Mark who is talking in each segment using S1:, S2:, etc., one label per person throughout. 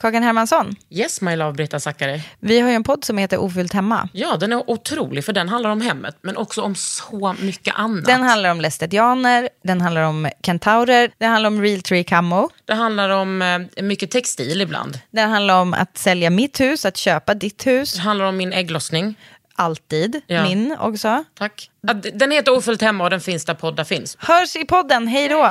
S1: Kakan Hermansson,
S2: Yes my love Britta Zackari.
S1: vi har ju en podd som heter Ofyllt hemma.
S2: Ja, den är otrolig för den handlar om hemmet men också om så mycket annat.
S1: Den handlar om lästetianer, den handlar om kentaurer, den handlar om real tree camo,
S2: det handlar om eh, mycket textil ibland.
S1: den handlar om att sälja mitt hus, att köpa ditt hus,
S2: Det handlar om min ägglossning.
S1: alltid,
S2: Ja.
S1: min också.
S2: Tack. Ja, d- Den heter Ofullt hemma och den finns där poddar finns.
S1: Hörs i podden, hej då!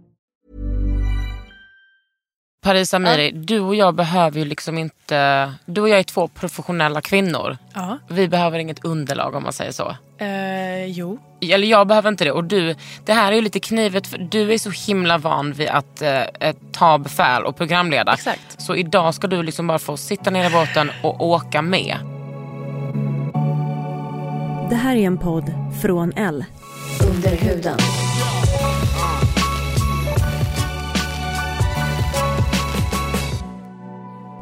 S2: Paris Amiri, du och jag behöver ju liksom inte... Du och jag är två professionella kvinnor.
S3: Ja.
S2: Vi behöver inget underlag om man säger så.
S3: Eh, jo.
S2: Eller jag behöver inte det. Och du, det här är ju lite knivet för du är så himla van vid att eh, eh, ta befäl och programleda.
S3: Exakt.
S2: Så idag ska du liksom bara få sitta ner i båten och åka med.
S4: Det här är en podd från L.
S5: Under huden.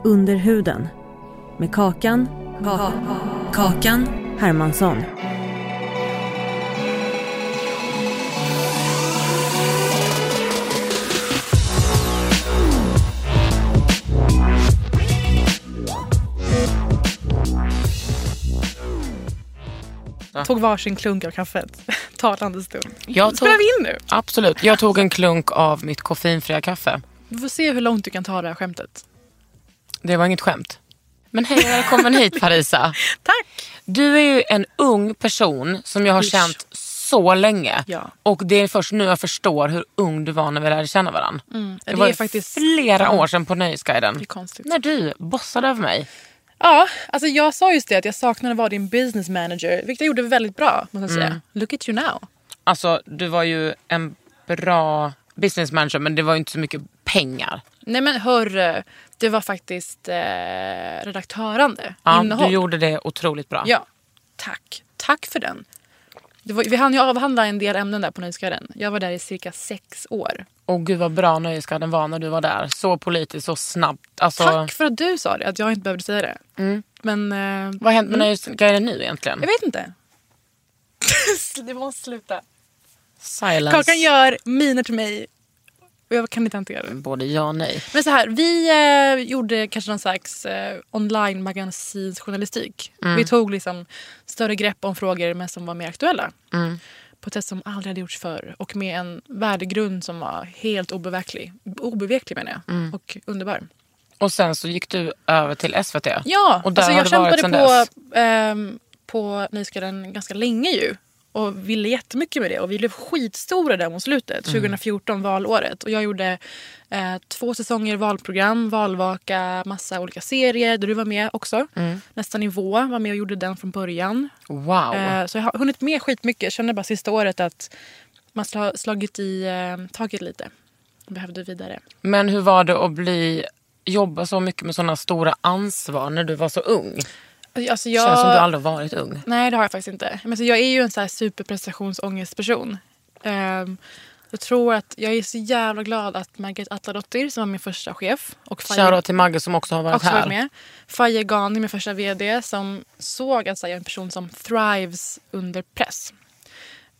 S4: Under huden. Med Kakan. Ka- kakan. Hermansson.
S3: Tog varsin klunk av kaffet. Talande stund.
S2: Jag tog,
S3: Spelar vi in nu?
S2: absolut. Jag tog en klunk av mitt koffeinfria kaffe.
S3: Vi får se hur långt du kan ta det här skämtet.
S2: Det var inget skämt. Men hej välkommen hit Parisa.
S3: Tack!
S2: Du är ju en ung person som jag har
S3: Ish.
S2: känt så länge.
S3: Ja.
S2: Och det är först nu jag förstår hur ung du var när vi lärde känna varandra.
S3: Mm. Det
S2: Det, var
S3: är
S2: ju
S3: faktiskt-
S2: flera år sedan på Nöjesguiden.
S3: är konstigt.
S2: När du bossade över mig.
S3: Ja, alltså jag sa just det att jag saknade att vara din business manager, vilket jag gjorde väldigt bra. Måste jag säga. Mm. Look at you now.
S2: Alltså du var ju en bra business manager men det var ju inte så mycket pengar.
S3: Nej men hörru, det var faktiskt eh, redaktörande
S2: Ja,
S3: innehåll.
S2: du gjorde det otroligt bra.
S3: Ja, tack. Tack för den. Det var, vi hann ju avhandla en del ämnen där på Nöjesguiden. Jag var där i cirka sex år.
S2: Och gud vad bra Nöjesguiden var när du var där. Så politiskt, så snabbt. Alltså,
S3: Tack för att du sa det, att jag inte behövde säga det. Men eh,
S2: Vad har hänt med Nöjesguiden nu egentligen?
S3: jag vet inte. det måste sluta.
S2: Silence.
S3: Kakan gör miner till mig och jag kan inte hantera det.
S2: Både ja och nej.
S3: Men så här, vi eh, gjorde kanske någon slags eh, online magasinsjournalistik. Vi tog liksom större grepp om frågor men som var mer aktuella. På ett sätt som aldrig hade gjorts förr och med en värdegrund som var helt obeveklig. Obeveklig menar jag. Och underbar.
S2: Och sen så gick du över till SVT.
S3: Ja,
S2: och där
S3: alltså
S2: har du varit
S3: jag kämpade
S2: sen
S3: på,
S2: dess.
S3: ehm, på Nöjesguiden ganska länge ju. Och ville jättemycket med det. Och vi blev skitstora där mot slutet.
S2: Mm.
S3: 2014, valåret. Och jag gjorde eh, två säsonger valprogram, valvaka, massa olika serier där du var med också.
S2: Mm.
S3: Nästa nivå var med och gjorde den från början.
S2: Wow.
S3: Eh, så jag har hunnit med skitmycket. Jag kände bara sista året att man sla, slagit i eh, taget lite. Behövde vidare.
S2: Men hur var det att bli, jobba så mycket med sådana stora ansvar när du var så ung?
S3: Alltså
S2: Det
S3: jag...
S2: känns som du aldrig har varit ung.
S3: Nej, det har jag faktiskt inte. Men så jag är ju en så här superprestationsångestperson. Ehm, jag tror att jag är så jävla glad att Margit Atladottir som var min första chef och Faye
S2: Shoutout till Magge som också har varit
S3: också
S2: här.
S3: var med. Faye Ghani, min första vd, som såg att så här, jag är en person som thrives under press.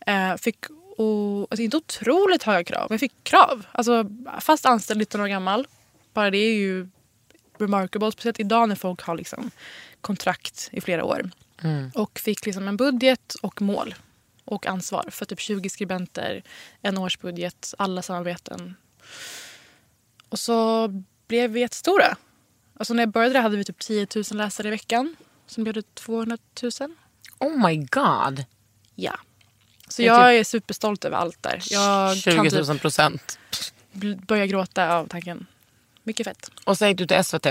S3: Eh, fick o- alltså, inte otroligt höga krav, men fick krav. Alltså, fast anställd 19 år gammal. Bara det är ju remarkable. Speciellt idag när folk har liksom, kontrakt i flera år.
S2: Mm.
S3: Och fick liksom en budget och mål och ansvar för typ 20 skribenter, en årsbudget, alla samarbeten. Och så blev vi jättestora. Alltså när jag började där hade vi typ 10 000 läsare i veckan. Sen blev det 200 000.
S2: Oh my god.
S3: Ja. Så
S2: Det är
S3: jag
S2: typ-
S3: är superstolt över allt där. Jag kan
S2: 20
S3: typ
S2: 000 procent.
S3: bl- börja gråta av tanken. Mycket fett.
S2: Och sen gick du till SVT.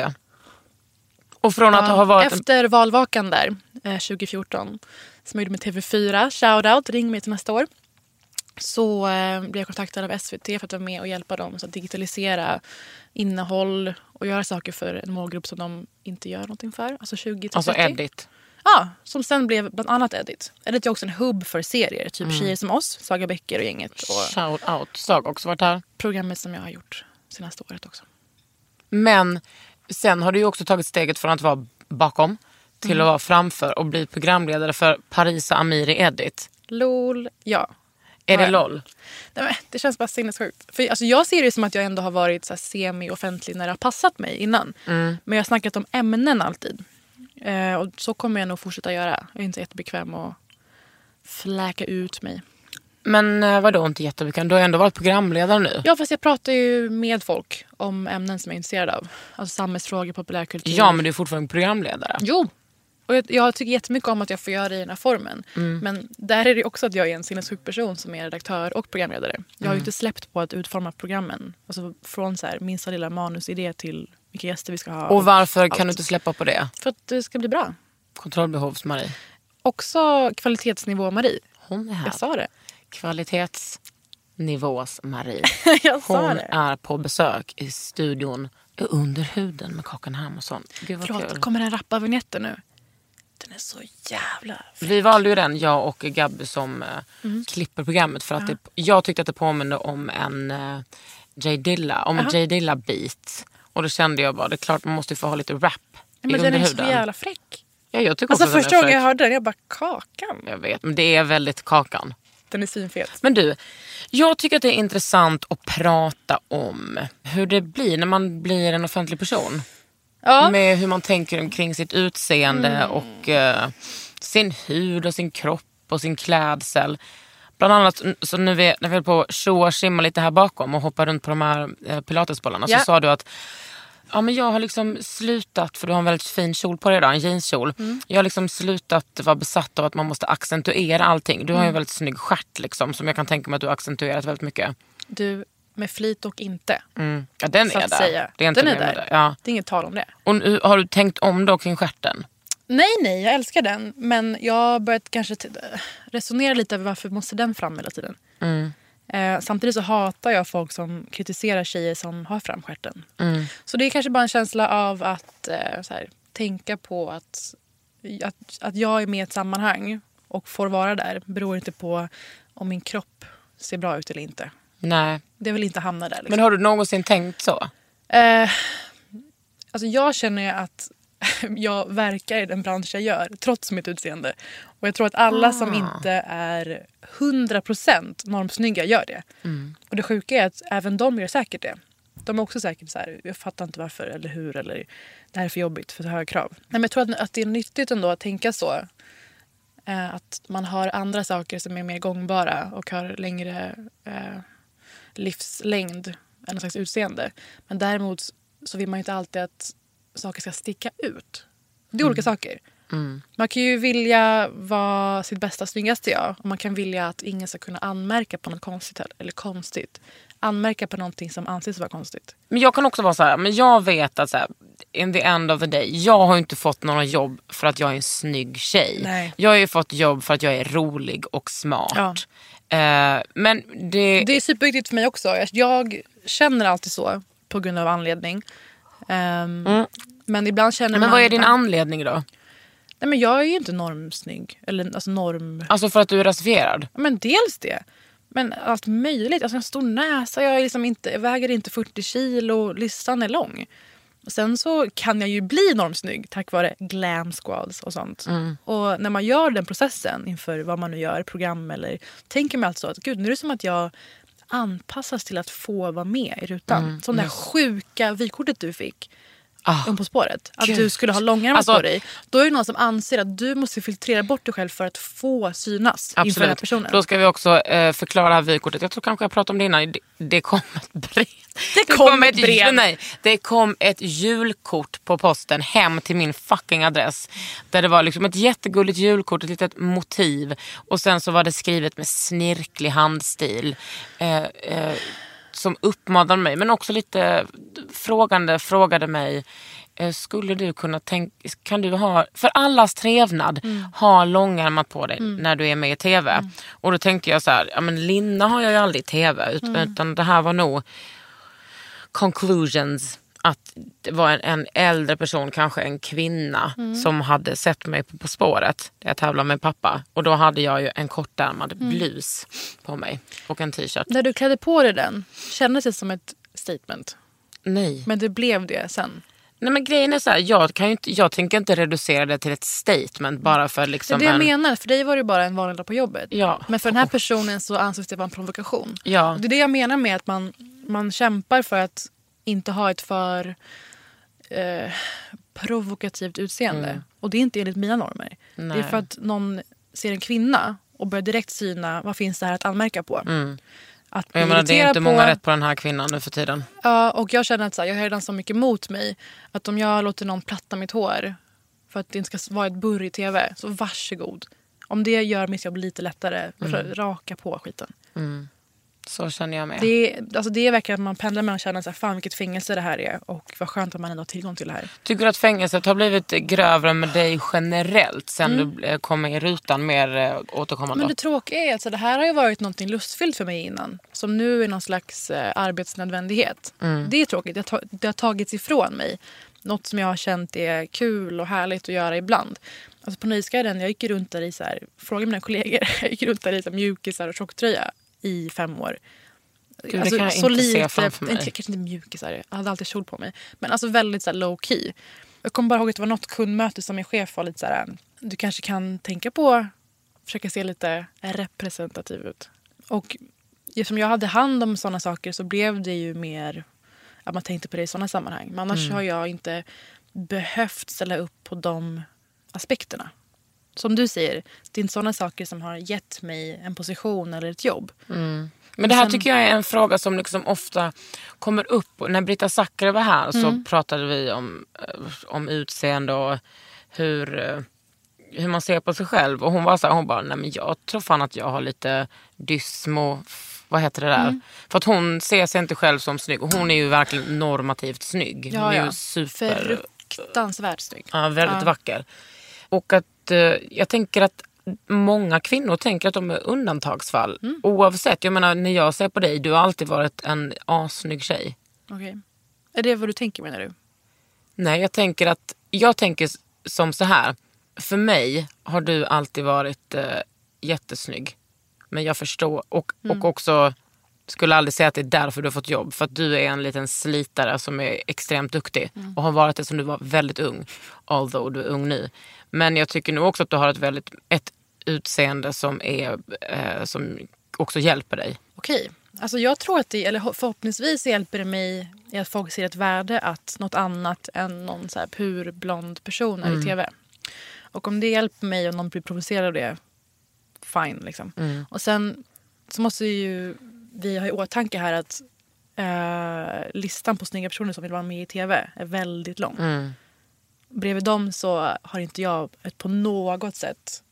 S2: Och från att ha varit... en-
S3: Efter valvakan där eh, 2014 som jag gjorde med TV4, shoutout, ring mig till nästa år. så eh, blev jag kontaktad av SVT för att vara med och hjälpa dem så att digitalisera innehåll och göra saker för en målgrupp som de inte gör någonting för. Alltså 20 till
S2: Alltså
S3: 30.
S2: Edit.
S3: Ja, som sen blev bland annat Edit. Edit är också en hubb för serier, typ
S2: Mm.
S3: Tjejer som oss, Saga Bäcker och gänget och
S2: Shout out. Sag också varit här.
S3: programmet som jag har gjort senaste året också.
S2: Men sen har du ju också tagit steget från att vara bakom till
S3: Mm.
S2: att vara framför och bli programledare för Parisa Amiri Edit.
S3: LOL, ja.
S2: Är
S3: Ja,
S2: det
S3: ja.
S2: LOL?
S3: Nej, men det känns bara sinnessjukt. För, alltså, jag ser det som att jag ändå har varit så här, semi-offentlig när det har passat mig innan.
S2: Mm.
S3: Men jag har snackat om ämnen alltid. Eh, och så kommer jag nog fortsätta göra. Jag är inte jättebekväm att fläka ut mig.
S2: Men eh, vadå inte jättebekant? Du har ju ändå varit programledare nu.
S3: Ja, fast jag pratar ju med folk om ämnen som jag är intresserad av. Alltså samhällsfrågor, populärkultur.
S2: Ja, men du är fortfarande programledare.
S3: Jo. Och jag, jag tycker jättemycket om att jag får göra det i den här formen. Men där är det ju också att jag är en sinnessjuk person som är redaktör och programledare. Jag har ju inte släppt på att utforma programmen. Alltså från så här, minsta lilla manusidé till vilka gäster vi ska ha.
S2: Och varför
S3: allt.
S2: kan du inte släppa på det?
S3: För att det ska bli bra.
S2: Kontrollbehovs-Marie.
S3: Också kvalitetsnivå Marie.
S2: Hon är här.
S3: Jag sa det.
S2: Kvalitetsnivås-Marie.
S3: jag sa
S2: Hon
S3: det.
S2: är på besök i studion Under huden med Kakan Hermansson. Gud vad
S3: Förlåt,
S2: kul.
S3: kommer den rappa vignetten nu? Den är så jävla...
S2: Vi valde ju den, jag och Gabby som eh,
S3: Mm.
S2: klipper programmet för att det, jag tyckte att det påminde om en eh, J Dilla, om en J Dilla beat. Och då kände jag bara, det är klart man måste ju få ha lite rap i
S3: Men den är så
S2: underhuden.
S3: jävla fräck.
S2: Ja, jag tycker
S3: Alltså
S2: också att
S3: första
S2: den är
S3: gången jag
S2: fräck.
S3: hörde den, jag bara kakan.
S2: Jag vet, men det är väldigt Kakan.
S3: Den är svinfet.
S2: Men du, jag tycker att det är intressant att prata om hur det blir när man blir en offentlig person.
S3: Ja. Mm.
S2: Med hur man tänker omkring sitt utseende och eh, sin hud och sin kropp och sin klädsel. Bland annat så när vi, när vi höll på att tjoa och simma lite här bakom och hoppa runt på de här eh, pilatesbollarna
S3: Ja.
S2: så sa du att ja, men jag har liksom slutat, för du har en väldigt fin kjol på dig idag, en jeanskjol.
S3: Mm.
S2: Jag har liksom slutat vara besatt av att man måste accentuera allting. Du har ju
S3: Mm.
S2: en väldigt snygg stjärt liksom, som jag kan tänka mig att du har accentuerat väldigt mycket.
S3: Du, med flit och inte.
S2: Mm. Ja, den
S3: så
S2: är
S3: att
S2: där.
S3: säga.
S2: Det är inte
S3: den är
S2: mer med
S3: där.
S2: det. Ja.
S3: Det är inget tal om det.
S2: Och nu, har du tänkt om då kring stjärten?
S3: Nej, nej, jag älskar den. Men jag har börjat kanske t- resonera lite över varför måste den fram hela tiden.
S2: Mm.
S3: Eh, samtidigt så hatar jag folk som kritiserar tjejer som har framstjärten.
S2: Mm.
S3: Så det är kanske bara en känsla av att eh, så här, tänka på att, att, att jag är med i ett sammanhang och får vara där beror inte på om min kropp ser bra ut eller inte.
S2: Nej.
S3: Det vill inte hamna där. Liksom.
S2: Men har du någonsin tänkt så?
S3: Eh, alltså jag känner ju att jag verkar i den bransch jag gör, trots mitt utseende. Och jag tror att alla som inte är 100% normsnygga gör det. Och det sjuka är att även de gör säkert det. De är också säkert så här, jag fattar inte varför eller hur eller det här är för jobbigt för så höga krav. Nej, men jag tror att, att det är nyttigt ändå att tänka så. Eh, att man har andra saker som är mer gångbara och har längre eh, livslängd eller någon slags utseende. Men däremot så vill man ju inte alltid att saker ska sticka ut. Det är olika saker. Man kan ju vilja vara sitt bästa, snyggaste jag. Och man kan vilja att ingen ska kunna anmärka på något konstigt. Eller, eller konstigt. Anmärka på någonting som anses vara konstigt.
S2: Men jag kan också vara så här, men jag vet att så här, in the end of the day, jag har ju inte fått några jobb för att jag är en snygg tjej.
S3: Nej.
S2: Jag har ju fått jobb för att jag är rolig och smart.
S3: Ja.
S2: Eh, men det,
S3: Det är superviktigt för mig också. Jag- Jag känner alltid så på grund av anledning. Ehm, Men ibland känner
S2: Mm. Men
S3: man...
S2: vad är din anledning då?
S3: Nej, men jag är ju inte normsnygg. Eller alltså norm...
S2: Alltså för att du är rasifierad?
S3: Ja, Men dels det. Men allt möjligt. Alltså en stor näsa. Jag, är liksom inte, jag väger inte 40 kilo. Listan är lång. Och Sen så kan jag ju bli normsnygg tack vare glam squads och sånt.
S2: Mm.
S3: Och när man gör den processen inför vad man nu gör, program eller... Tänker man alltså att gud, nu är det som att jag anpassas till att få vara med i rutan.
S2: Mm,
S3: Som det här sjuka vykortet du fick. om På spåret. Att
S2: Ah, Gud.
S3: du skulle ha långärmat
S2: Alltså-
S3: på dig. Då är det någon som anser att du måste filtrera bort dig själv för att få synas inför den här personen.
S2: Då ska vi också eh, förklara det här vykortet. Jag tror kanske jag pratade om det innan. Det, det kom ett brev.
S3: Det kom ett brev.
S2: Nej, det kom ett julkort på posten hem till min fucking adress. Där det var liksom ett jättegulligt julkort, ett litet motiv. Och sen så var det skrivet med snirklig handstil. Eh, eh, som uppmanade mig, men också lite frågande, frågade mig eh, skulle du kunna tänka, kan du ha, för allas trevnad,
S3: Mm.
S2: ha långärmat på dig när du är med i TV. Och då tänker jag så här, ja men linna har jag ju aldrig i TV ut,
S3: Mm.
S2: utan det här var nog conclusions att det var en, en äldre person, kanske en kvinna,
S3: Mm.
S2: som hade sett mig på På spåret. där Jag tävlade med pappa och då hade jag ju en kortärmad
S3: Mm.
S2: blus på mig och en t-shirt.
S3: När du klädde på dig den, kändes det som ett statement?
S2: Nej.
S3: Men det blev det sen.
S2: Nej men grejen är så här, jag, kan ju inte, jag tänker inte reducera det till ett statement bara för
S3: Det är
S2: liksom
S3: det jag
S2: en...
S3: menar. För dig var det bara en vanlig dag på jobbet.
S2: Ja.
S3: Men för den här personen så ansågs det vara en provokation.
S2: Ja.
S3: Och Det är det jag menar med att man, man kämpar för att inte ha ett för eh, provokativt utseende. Och det är inte enligt mina normer. Det
S2: Mm. Nej.
S3: är för att någon ser en kvinna och börjar direkt syna vad finns det här att anmärka på. Att
S2: Men Mm. jag
S3: bli
S2: menar, det är
S3: irriterad
S2: inte många rätt på den här kvinnan nu för tiden.
S3: Ja, och jag känner att så här, jag har redan så mycket mot mig att om jag låter någon platta mitt hår för att det inte ska vara ett burr i tv, så varsågod. Om det gör mitt jobb lite lättare, r- raka på skiten.
S2: Så känner jag med.
S3: Det, är, alltså det är verkligen att man pendlar mellan att känna så här, fan vilket fängelse det här är och vad skönt att man ändå har tillgång till det här.
S2: Tycker du att fängelset har blivit grövre med dig generellt sen
S3: Mm.
S2: du eh, kom med i rutan mer eh, återkommande?
S3: Men det tråkiga är att så det här har ju varit något lustfyllt för mig innan som nu är någon slags eh, arbetsnödvändighet. Det är tråkigt. Det har, ta- det har tagits ifrån mig. Något som jag har känt är kul och härligt att göra ibland. Alltså på Nöjesguiden, jag gick runt där i, så här, fråga mina kollegor, jag gick runt där i så här, mjukisar och tjocktröja i fem år.
S2: Gud, det kan jag inte se framför mig.
S3: Alltså, Inte, kanske inte mjukisar, jag hade alltid kjol på mig. Men alltså väldigt så här low key. Jag kommer bara ihåg att det var något kundmöte som min chef var lite så här, du kanske kan tänka på försöka se lite representativ ut. Och eftersom jag hade hand om sådana saker så blev det ju mer att man tänkte på det i sådana sammanhang.
S2: Mm.
S3: Men annars har jag inte behövt ställa upp på de aspekterna. Som du säger, det är inte sådana saker som har gett mig en position eller ett jobb.
S2: Men det här tycker jag är en fråga som liksom ofta kommer upp. Och När Brita Zackari var här så pratade vi om, eh, om utseende och hur, eh, hur man ser på sig själv. Och hon var så här, hon bara, nej men jag tror fan att jag har lite dysmo, f- vad heter det där? För att hon ser sig inte själv som snygg. Och hon är ju verkligen normativt snygg. hon är ju super...
S3: Fruktansvärt snygg.
S2: Ja, väldigt
S3: Ja.
S2: vacker. Och att eh, jag tänker att många kvinnor tänker att de är undantagsfall. Oavsett, jag menar när jag ser på dig, du har alltid varit en assnygg tjej.
S3: Okej. Är det vad du tänker menar du?
S2: Nej, jag tänker att, jag tänker s- som så här. För mig har du alltid varit eh, jättesnygg. Men jag förstår, och, och också skulle aldrig säga att det är därför du har fått jobb. För att du är en liten slitare som är extremt duktig. Och har varit det som du var väldigt ung. Although du är ung nu. Men jag tycker nog också att du har ett, väldigt, ett utseende som, är, eh, som också hjälper dig.
S3: Okej. Alltså jag tror att det, eller förhoppningsvis hjälper det mig i att folk ser ett värde att något annat än någon så här pur blond person är i tv. Och om det hjälper mig och någon blir provocerad av det, fine. Liksom. Och sen så måste ju vi ha i åtanke här att eh, listan på snygga personer som vill vara med i tv är väldigt lång. Bredvid dem så har inte jag ett på något sätt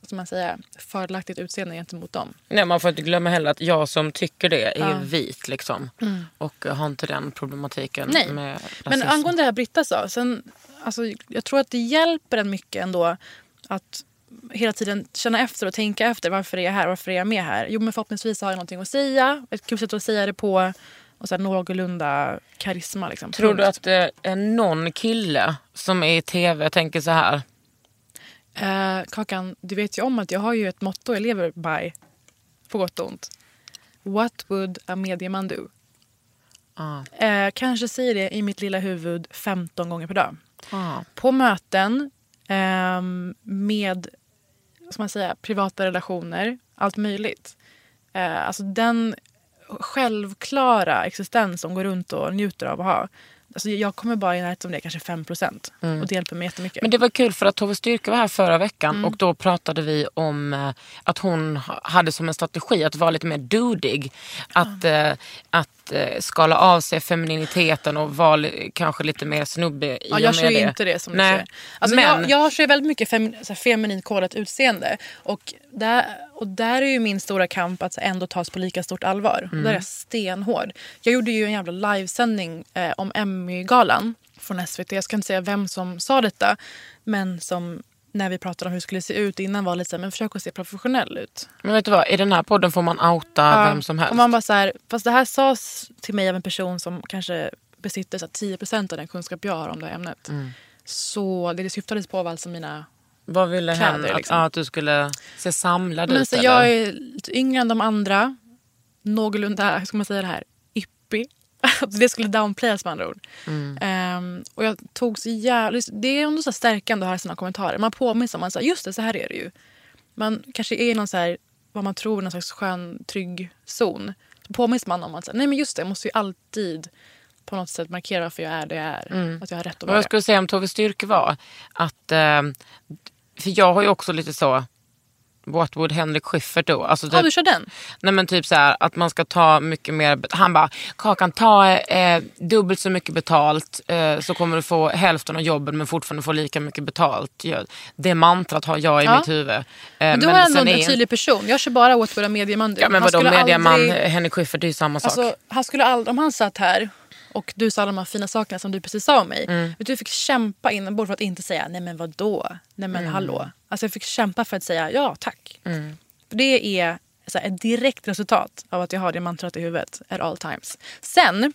S3: vad ska man säga, fördelaktigt utseende gentemot dem.
S2: Nej, man får inte glömma heller att jag som tycker det är vit liksom. Och har inte den problematiken
S3: Mm. Nej.
S2: med
S3: Men
S2: rasism.
S3: angående det här Britta sa, sen, alltså, jag tror att det hjälper en mycket ändå att hela tiden känna efter och tänka efter. Varför är jag här? Varför är jag med här? Jo, men förhoppningsvis har jag någonting att säga. Ett kul sätt att säga det på. Och sen någorlunda karisma. Liksom.
S2: Tror du
S3: Punkt.
S2: att eh, är någon kille som är i tv tänker så här?
S3: Eh, Kakan, du vet ju om att jag har ju ett motto jag lever by. På gott och ont. What would a medieman do?
S2: Ah,
S3: Eh, kanske säger det i mitt lilla huvud 15 gånger per dag.
S2: ah.
S3: på möten ehm, med vad ska man säga, privata relationer, allt möjligt. Eh, alltså den självklara existens som går runt och njuter av att ha. Alltså jag kommer bara i närheten av det, kanske 5 procent. Och det hjälper mig jättemycket.
S2: Mm. Men det var kul för att Tove Styrke var här förra veckan
S3: Mm.
S2: och då pratade vi om eh, att hon ha- hade som en strategi att vara lite mer dudig. Att,
S3: Ah.
S2: eh, att eh, skala av sig femininiteten och vara li- kanske lite mer snubbig i
S3: Ja,
S2: och
S3: jag
S2: med
S3: kör ju
S2: det.
S3: inte det som
S2: Nej.
S3: du säger. Alltså,
S2: Men,
S3: jag, jag kör ju väldigt mycket fem, så här, feminint kodat utseende. Och där, Och där är ju min stora kamp att ändå tas på lika stort allvar. Där är jag stenhård. Jag gjorde ju en jävla livesändning eh, om Emmy-galan från SVT. Jag ska inte säga vem som sa detta. Men som när vi pratade om hur det skulle se ut innan var lite så här, men försök att se professionell ut.
S2: Men vet du vad, i den här podden får man outa
S3: Ja.
S2: vem som helst.
S3: Och man bara så här, fast det här sades till mig av en person som kanske besitter så här 10 av den kunskap jag har om det här ämnet.
S2: Mm.
S3: Så det syftades på var alltså mina...
S2: Vad ville hen?
S3: Kläder,
S2: Att,
S3: liksom.
S2: ja, att du skulle se samlad
S3: Men
S2: ut?
S3: så
S2: eller?
S3: jag är lite yngre än de andra. Någorlunda, hur ska man säga det här, yppig. det skulle downplayas med andra ord.
S2: Mm.
S3: Ehm, och jag tog så jävla... Det är ändå så här stärkande att höra sina kommentarer. Man påminns om man säger just det, så här är det ju. Man kanske är i någon så här, vad man tror, någon slags skön, trygg zon. Så påminns man om att så här, nej men just det, jag måste ju alltid på något sätt markera varför jag är det jag är. Att jag har rätt att
S2: Vad
S3: vara
S2: Mm. jag skulle säga om Tove Styrke var att... Eh, för jag har ju också lite så... What would Henrik Schyffert do? Alltså
S3: det. Ja,
S2: typ,
S3: du kör den?
S2: nej men typ så här, att man ska ta mycket mer... bet- Han bara, Kakan ta eh, dubbelt så mycket betalt eh, så kommer du få hälften av jobben men fortfarande få lika mycket betalt. Jag- Det mantrat har jag i
S3: Ja.
S2: mitt huvud. Eh,
S3: Men du
S2: men
S3: har ändå
S2: sen
S3: en,
S2: är
S3: en
S2: inte-
S3: tydlig person. Jag kör bara What Would a Mediaman do?
S2: Ja men vadå,
S3: skulle
S2: mediaman,
S3: aldrig-
S2: Henrik Schyffert det är ju samma sak.
S3: Alltså, han skulle aldrig, om han satt här och du sa alla de här fina sakerna som du precis sa om mig.
S2: Mm.
S3: Vet Du jag fick kämpa inombords för att inte säga nej men vadå, nej
S2: Mm.
S3: men hallå. Alltså jag fick kämpa för att säga ja tack. För det är så här, ett direkt resultat av att jag har det mantrat i huvudet at all times. Sen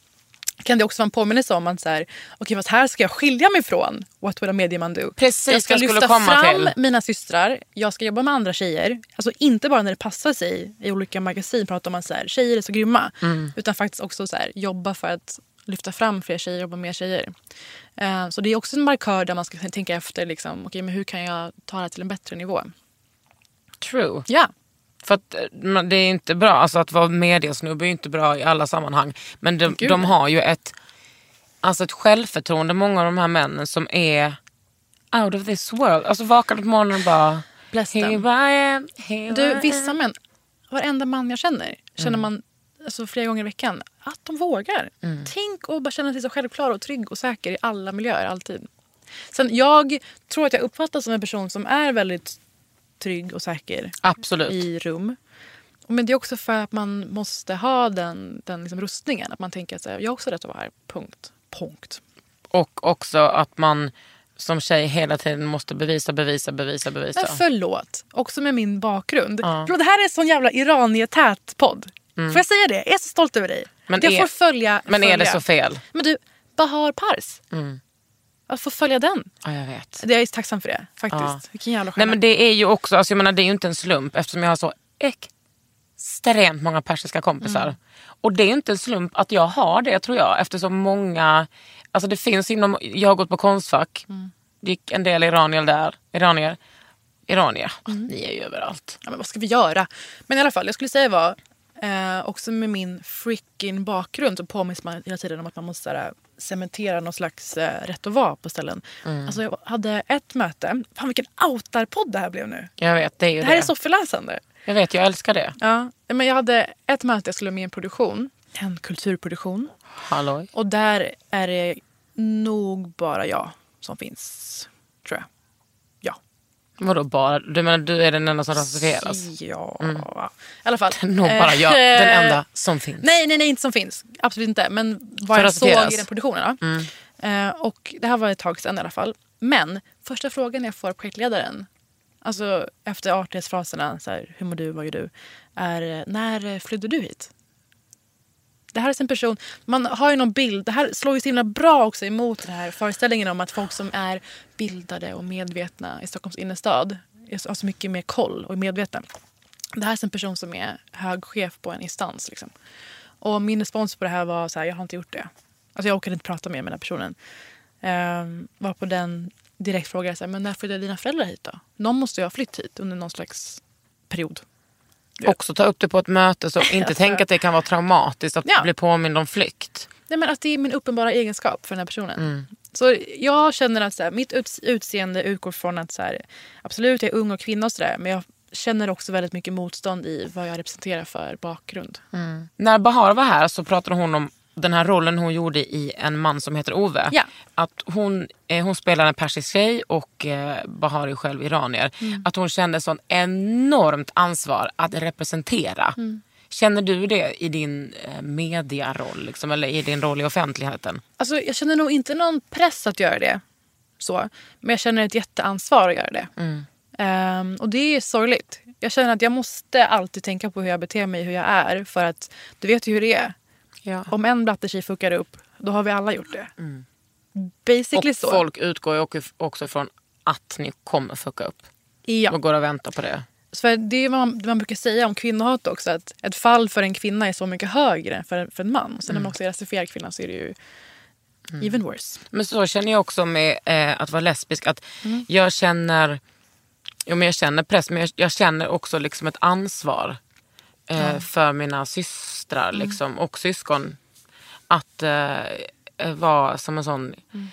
S3: kan det också vara en påminnelse om att så här, okej fast här ska jag skilja mig från what would a medieman do.
S2: Precis,
S3: jag ska
S2: jag skulle
S3: lyfta
S2: komma
S3: fram
S2: till.
S3: mina systrar, jag ska jobba med andra tjejer. Alltså inte bara när det passar sig i olika magasin pratar man så här, tjejer är så grymma.
S2: Mm.
S3: Utan faktiskt också så här, jobba för att lyfta fram fler tjejer, jobba med mer tjejer. Eh, så det är också en markör där man ska tänka efter liksom, okej, men hur kan jag ta det här till en bättre nivå.
S2: True.
S3: Ja,
S2: För att eh, men det är inte bra, alltså att vara mediasnubbe är ju inte bra i alla sammanhang. Men de,
S3: Gud,
S2: de
S3: nej.
S2: har ju ett, alltså ett självförtroende, många av de här männen som är out of this world. Alltså vaknar du på morgonen och bara... Here
S3: blästen.
S2: I am, here I
S3: Du,
S2: am.
S3: vissa män, varenda man jag känner, känner man alltså, flera gånger i veckan att de vågar. Tänk och bara känna sig så självklar och trygg och säker i alla miljöer, alltid. Sen jag tror att jag uppfattas som en person som är väldigt trygg och säker
S2: Absolut.
S3: i rum. Men det är också för att man måste ha den, den liksom rustningen. Att man tänker att så här, jag har också rätt att vara här, punkt. Punkt.
S2: Och också att man som tjej hela tiden måste bevisa, bevisa, bevisa, bevisa.
S3: Men förlåt, också med min bakgrund.
S2: Typ Ja. Mm.
S3: Förlåt, det här är en sån jävla iranietät podd. Får jag säga det? Jag är så stolt över dig.
S2: Men
S3: Att jag
S2: är-
S3: får följa...
S2: Men
S3: följa.
S2: är det så fel? Mm.
S3: Men du, Bahar Pars. Att få följa den.
S2: Ja, jag vet.
S3: Det är jag så tacksam för det. faktiskt.
S2: Ja.
S3: Vilken jävla stjärna.
S2: Nej men det är ju också, alltså jag menar det är ju inte en slump eftersom jag har så extremt många persiska kompisar.
S3: Mm.
S2: Och det är ju inte en slump att jag har det tror jag eftersom många, alltså det finns inom, jag har gått på Konstfack,
S3: Mm.
S2: det gick en del iranier där, iranier, iranier,
S3: Mm.
S2: ni är ju överallt.
S3: ja, men vad ska vi göra? Men i alla fall, jag skulle säga var eh, också med min freaking bakgrund så påminns man hela tiden om att man måste så här, eh, cementera någon slags eh, rätt att vara på ställen.
S2: Mm.
S3: Alltså jag hade ett möte. Fan vilken outarpodd det här blev nu.
S2: Jag vet, det är ju det.
S3: Det här är så förlösande.
S2: Jag vet, jag älskar det.
S3: Ja, men jag hade ett möte jag skulle med i en produktion. En kulturproduktion.
S2: Halloj.
S3: Och där är det nog bara jag som finns, tror jag.
S2: Vadå bara, du menar du är den enda som rasifieras?
S3: Ja. I alla fall.
S2: Nog bara jag,
S3: Eh,
S2: Mm. den enda som finns.
S3: Nej, nej, nej, inte som finns. Absolut inte. Men vad
S2: Som
S3: jag såg
S2: rapporteras.
S3: i den produktionen. Ja. Eh, och det här var ett tag sedan i alla fall. Men första frågan jag får av projektledaren, alltså efter artighetsfraserna, så här, hur mår du, vad gör du, är eh, när eh, flydde du hit? Det här är en person, man har ju någon bild, det här slår ju så himla bra också emot den här föreställningen om att folk som är bildade och medvetna i Stockholms innerstad är- har så mycket mer koll och är medvetna. Det här är en person som är hög chef på en instans. Liksom. Och min respons på det här var så här, jag har inte gjort det. Alltså jag orkade inte prata mer med den här personen. Ehm, var på den direkt frågade så här, men när flyttade dina föräldrar hit då? Någon måste ju ha flytt hit under någon slags period.
S2: Också ta upp det på ett möte så inte tänk att det kan vara traumatiskt att
S3: Ja.
S2: bli påmind om flykt.
S3: Nej, men att det är min uppenbara egenskap för den här personen. Så jag känner att så här, mitt uts- utseende utgår från att så här, absolut jag är ung och kvinna och sådär men jag känner också väldigt mycket motstånd i vad jag representerar för bakgrund.
S2: När Bahar var här så pratade hon om den här rollen hon gjorde i En man som heter Ove.
S3: Ja.
S2: Att hon, eh, hon spelar en persisk tjej och eh, Bahar är själv iranier.
S3: Mm.
S2: Att hon kände sån enormt ansvar att representera.
S3: Mm.
S2: Känner du det i din eh, mediaroll liksom, eller i din roll i offentligheten?
S3: Alltså, jag känner nog inte någon press att göra det. Så. Men jag känner ett jätteansvar att göra det.
S2: Mm.
S3: Ehm, och det är sorgligt. Jag känner att jag måste alltid tänka på hur jag beter mig, hur jag är. För att du vet ju hur det är.
S2: Ja.
S3: Om en blattetjej fuckar upp, då har vi alla gjort det. Basically
S2: Mm. Och
S3: så.
S2: folk utgår ju också- också från att ni kommer fucka upp
S3: Ja.
S2: och går och väntar på det.
S3: Så för det är vad man, det man brukar säga om kvinnohat också. Att ett fall för en kvinna är så mycket högre än för, för en man. Och sen
S2: Mm.
S3: när man också rasifierar kvinnan så är det ju even worse.
S2: Men så känner jag också med eh, att vara lesbisk. Att
S3: Mm.
S2: Jag känner jo, men jag känner press men jag, jag känner också liksom ett ansvar eh, för mina systrar
S3: Mm.
S2: liksom, och syskon. Att eh, eh, vara som en sån...
S3: Mm.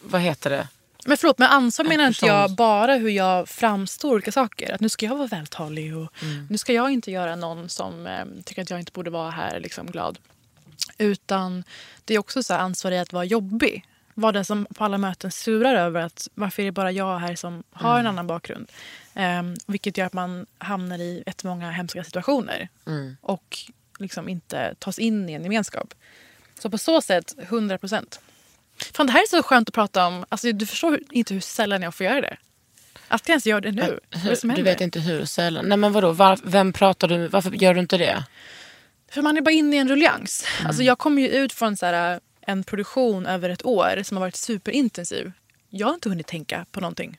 S2: Vad heter det?
S3: Men förlåt, men ansvar menar inte
S2: person-
S3: jag bara hur jag framstår olika saker. Att nu ska jag vara vältalig och nu ska jag inte göra någon som eh, tycker att jag inte borde vara här liksom glad. Utan det är också så här ansvar i att vara jobbig. Vara den som på alla möten surar över att varför är det bara jag här som har en annan bakgrund. Ehm, vilket gör att man hamnar i ett många hemska situationer. Och liksom inte tas in i en gemenskap. Så på så sätt, 100 procent. Fan, det här är så skönt att prata om. Alltså, du förstår hur- inte hur sällan jag får göra det. Att jag ens gör det nu. Vad är det som
S2: du
S3: händer?
S2: vet inte Äh, hur sällan. Nej men vadå, var, vem pratar du Varför gör du inte det?
S3: För man är bara inne i en ruljans.
S2: Mm.
S3: Alltså, jag kom ju ut från så här, äh, en produktion över ett år som har varit superintensiv. Jag har inte hunnit tänka på någonting.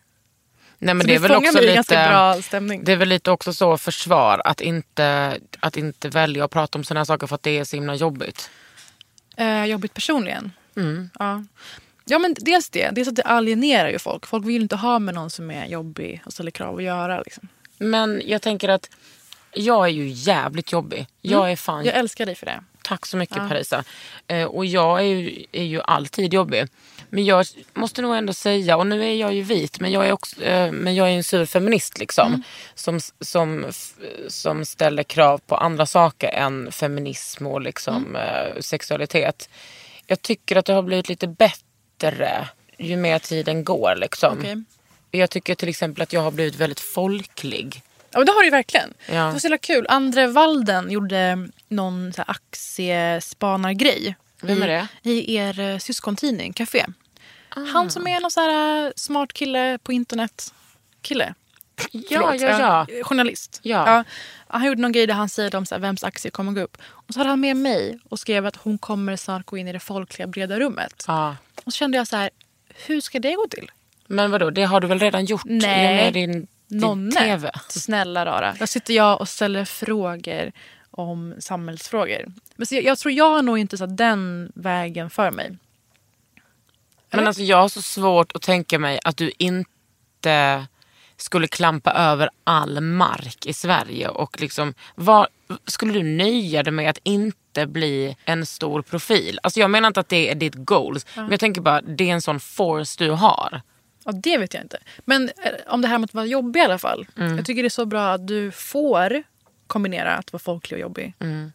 S2: Nej, men
S3: Så
S2: det
S3: du
S2: är väl
S3: fångar
S2: också
S3: mig i
S2: lite,
S3: ganska bra stämning.
S2: Det är väl lite också så försvar att inte, att inte välja att prata om sådana saker för att det är så himla jobbigt.
S3: Eh, jobbigt personligen.
S2: Mm.
S3: Ja. ja, men dels det. Dels att det alienerar ju folk. Folk vill inte ha med någon som är jobbig och ställer krav att göra. Liksom.
S2: Men jag tänker att jag är ju jävligt jobbig. Jag är fan...
S3: Mm. Jag älskar dig för det.
S2: Tack så mycket Parisa. Eh, och jag är ju, är ju alltid jobbig. Men jag måste nog ändå säga, och nu är jag ju vit, men jag är, också, eh, men jag är en sur feminist liksom.
S3: Mm.
S2: Som, som, f- som ställer krav på andra saker än feminism och
S3: Mm.
S2: liksom, eh, sexualitet. Jag tycker att det har blivit lite bättre ju mer tiden går. Liksom.
S3: Okej.
S2: Jag tycker till exempel att jag har blivit väldigt folklig.
S3: Ja, men det har du ju verkligen.
S2: Ja.
S3: Det var så jävla kul. Andre Walden gjorde någon så här aktiespanargrej.
S2: Vem är det?
S3: I er eh, syskontidning Café.
S2: Ah.
S3: Han som är någon så här eh, smart kille på internet. Kille.
S2: Ja,
S3: Förlåt,
S2: ja, ja.
S3: eh, Journalist.
S2: Ja.
S3: Han gjorde någon grej där han säger om så här, vems aktie kommer gå upp. Och så hade han med mig och skrev att hon kommer snart gå in i det folkliga breda rummet.
S2: ja.
S3: Och så kände jag så här, hur ska det gå till?
S2: Men vadå, det har du väl redan gjort?
S3: Nej.
S2: I och med din, din
S3: Nonne.
S2: TV?
S3: Snälla rara. Där sitter jag och ställer frågor om samhällsfrågor. Men så jag, jag tror jag har nog inte så här den vägen för mig.
S2: Men alltså jag har så svårt att tänka mig att du inte skulle klampa över all mark i Sverige. Och liksom, vad, skulle du nöja dig med att inte bli en stor profil? Alltså jag menar inte att det är ditt goals, men jag tänker bara det är en sån force du har.
S3: Ja, det vet jag inte. Men eh, om det här med att vara jobbig i alla fall.
S2: Mm.
S3: Jag tycker det är så bra att du får kombinera att vara folklig och jobbig.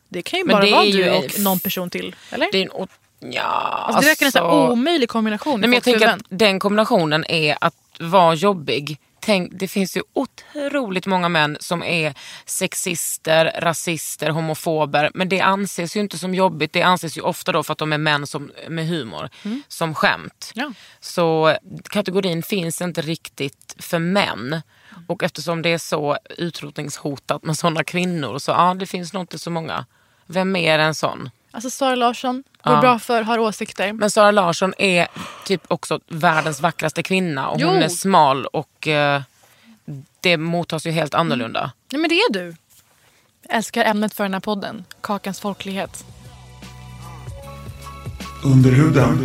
S3: Det kan ju
S2: Mm. Men
S3: bara
S2: det
S3: vara
S2: är ju
S3: du
S2: en
S3: och
S2: f-
S3: någon person till. Eller?
S2: Det är en, o- ja,
S3: alltså, det verkar en så här omöjlig kombination. i
S2: Nej, men jag
S3: folks
S2: tänker att
S3: huvuden.
S2: den kombinationen är att vara jobbig. Tänk, det finns ju otroligt många män som är sexister, rasister, homofober. Men det anses ju inte som jobbigt. Det anses ju ofta då för att de är män som, med humor, som skämt.
S3: Mm. Ja.
S2: Så kategorin finns inte riktigt för män. Och eftersom det är så utrotningshotat med sådana kvinnor så ja, det finns nog inte så många. Vem är en sån?
S3: Alltså Sara Larsson, går
S2: Ja.
S3: bra för, har åsikter.
S2: Men Sara Larsson är typ också världens vackraste kvinna och hon
S3: Jo.
S2: är smal och eh, det mottas ju helt annorlunda.
S3: Nej men det är du. Jag älskar ämnet för den här podden. Kakans folklighet.
S5: Underhuden.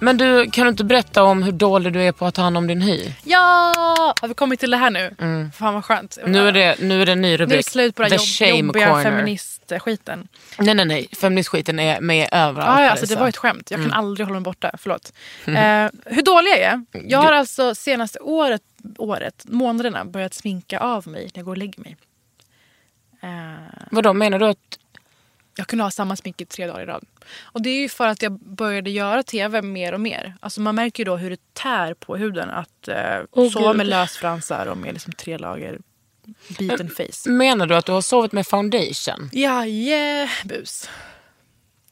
S2: Men du, kan du inte berätta om hur dålig du är på att ta hand om din hy?
S3: Ja! Har vi kommit till det här nu? Fan vad skönt.
S2: Nu är det, nu är det en ny rubrik.
S3: Nu är det slut på den
S2: The
S3: jobb,
S2: shame
S3: jobbiga
S2: corner.
S3: feministskiten.
S2: Nej, nej, nej. Feministskiten är med överallt.
S3: Ja, ja,
S2: här,
S3: alltså det
S2: så. Mm.
S3: var ett skämt. Jag kan aldrig hålla mig borta. Förlåt. Eh, hur dålig jag är?
S2: Mm,
S3: Jag har alltså senaste året, året, månaderna börjat sminka av mig när jag går och lägger mig. Eh,
S2: Vadå, menar du att...
S3: jag kunde ha samma smink i tre dagar i rad. Och det är ju för att jag började göra tv mer och mer. Alltså man märker ju då hur det tär på huden att eh, sova med lösfransar och med liksom tre lager beaten face.
S2: Menar du att du har sovit med foundation?
S3: Ja, bus.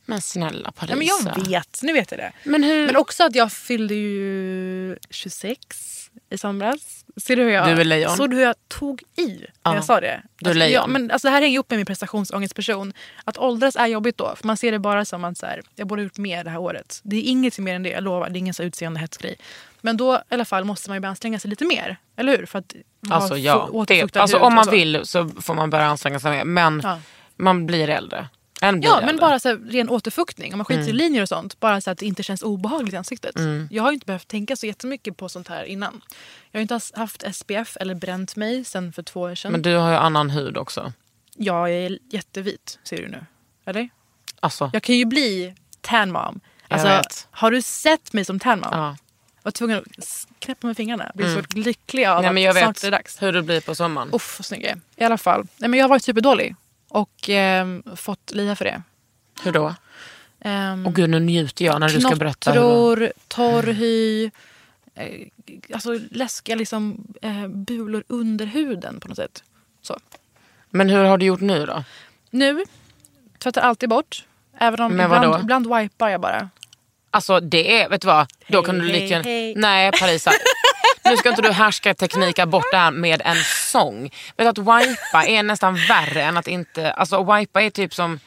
S2: Men snälla Parisa.
S3: Ja, men jag vet, nu vet jag det.
S2: Men hur...
S3: Men också att jag fyllde ju 26 i somras. Ser du hur jag,
S2: Du är lejon.
S3: Såg du hur jag tog i när
S2: Ja.
S3: jag sa det?
S2: Du är
S3: alltså,
S2: lejon.
S3: Ja, men alltså, det här hänger ihop med min prestationsångestperson. Att åldras är jobbigt då. För man ser det bara som att så här, jag borde ha gjort mer det här året. Det är inget mer än det, jag lovar. Det är ingen så utseendehetsgrej. Men då i alla fall måste man ju börja anstränga sig lite mer. Eller hur? För att ha
S2: Alltså,
S3: få-
S2: ja, det,
S3: återfuktad
S2: alltså
S3: hud
S2: om
S3: och
S2: man
S3: så.
S2: vill så får man börja anstränga sig mer. Men
S3: Ja.
S2: man blir äldre. En blir
S3: Ja,
S2: äldre.
S3: men bara så här, ren återfuktning. Om man skiter i
S2: Mm.
S3: linjer och sånt. Bara så att det inte känns obehagligt i ansiktet. Jag har ju inte behövt tänka så jättemycket på sånt här innan. Jag har ju inte ens haft SPF eller bränt mig sen för två år sedan.
S2: Men du har ju annan hud också.
S3: Jag är jättevit, ser du nu. Eller?
S2: Alltså,
S3: Jag kan ju bli tan mom.
S2: Jag
S3: Alltså,
S2: vet.
S3: har du sett mig som tan mom?
S2: ja. Mm.
S3: Jag var tvungen att s- knäppa med fingrarna. Jag blir så lycklig av
S2: Nej,
S3: att
S2: men jag
S3: snart
S2: vet
S3: är det dags.
S2: hur du blir på sommaren.
S3: Uff, vad snygg jag är. I alla fall. Nej, men jag har varit superdålig. Och ehm, fått lia för det.
S2: Hur då?
S3: Ehm,
S2: Åh gud, nu njuter jag när du ska berätta. hur Mm. du-
S3: Knottror, torr hy. eh, Alltså läskiga liksom, eh, bulor under huden på något sätt. Så.
S2: Men hur har du gjort nu då?
S3: Nu tvättar jag alltid bort. Även om
S2: Men vadå?
S3: ibland, ibland wipar jag bara.
S2: Alltså det är, vet du vad? Då kan du
S3: hej,
S2: lika gärna...
S3: hej.
S2: Nej Parisa. Nu ska inte du härska teknika bort det här med en sång. Vet du att wipa är nästan värre än att inte... Alltså wipa är typ som...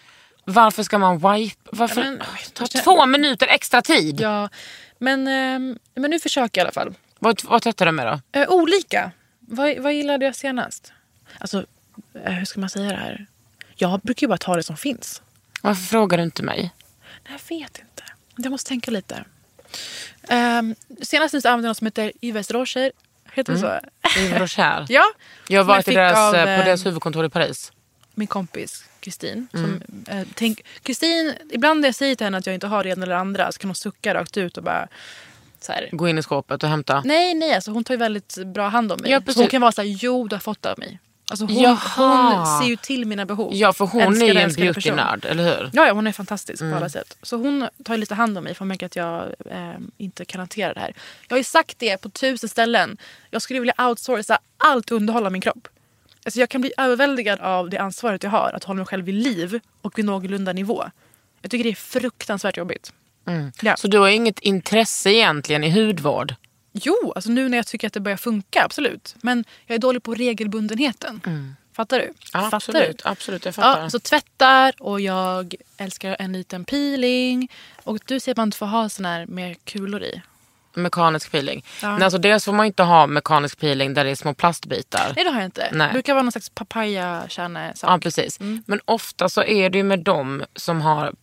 S2: Varför ska man wipa? Varför?
S3: Ja, men-
S2: Ta två minuter extra tid.
S3: Ja, men, ehm, men nu försöker jag i alla fall.
S2: Vad, vad tvättar du med då?
S3: Eh, olika. Vad, vad gillade jag senast? Alltså, eh, hur ska man säga det här? Jag brukar ju bara ta det som finns.
S2: Varför frågar du inte mig?
S3: Jag vet inte. Jag måste tänka lite. Um, senast nu så använde jag något som heter Yves Rocher. Heter
S2: Mm.
S3: det så?
S2: Yves Rocher. Jag
S3: Ja.
S2: har
S3: Som jag
S2: varit i
S3: fick
S2: deras,
S3: av,
S2: eh,
S3: eh,
S2: på deras Mm. huvudkontor i Paris.
S3: Min kompis Kristin. som, eh, tänk- Kristin, ibland när jag säger till henne att jag inte har det ena eller det andra så kan hon sucka rakt ut och bara... Så här,
S2: Gå in i skåpet och hämta.
S3: nej, nej. Alltså, hon tar ju väldigt bra hand om mig.
S2: Ja,
S3: Så
S2: precis.
S3: hon kan vara så här, jo du har fått det av mig. Alltså, hon,
S2: Jaha.
S3: hon ser ju till mina behov.
S2: Ja för hon är
S3: Älskade,
S2: ju en
S3: älskade person.
S2: beautynörd, eller hur?
S3: Ja, ja, hon är fantastisk på alla sätt. Så hon tar ju lite hand om mig för hon märker att jag eh, inte kan hantera det här. Jag har ju sagt det på tusen ställen. Jag skulle vilja outsourca allt och underhålla min kropp. Alltså jag kan bli överväldigad av det ansvaret jag har att hålla mig själv vid liv och vid någorlunda nivå. Jag tycker det är fruktansvärt jobbigt. Ja.
S2: Så du har inget intresse egentligen i hudvård?
S3: Jo, alltså nu när jag tycker att det börjar funka, absolut. Men jag är dålig på regelbundenheten. Fattar du?
S2: Ja,
S3: Fattar du?
S2: absolut, absolut, jag fattar.
S3: Ja, så tvättar och jag älskar en liten peeling. Och du säger att man inte får ha sån här med kulor i.
S2: mekanisk peeling.
S3: Ja.
S2: Nej, alltså dels får man ju inte ha mekanisk peeling där det är små plastbitar.
S3: Nej det har jag inte.
S2: Nej.
S3: Det brukar vara någon slags papaya kärne
S2: Ja, precis.
S3: Mm.
S2: Men ofta så är det ju med dem som har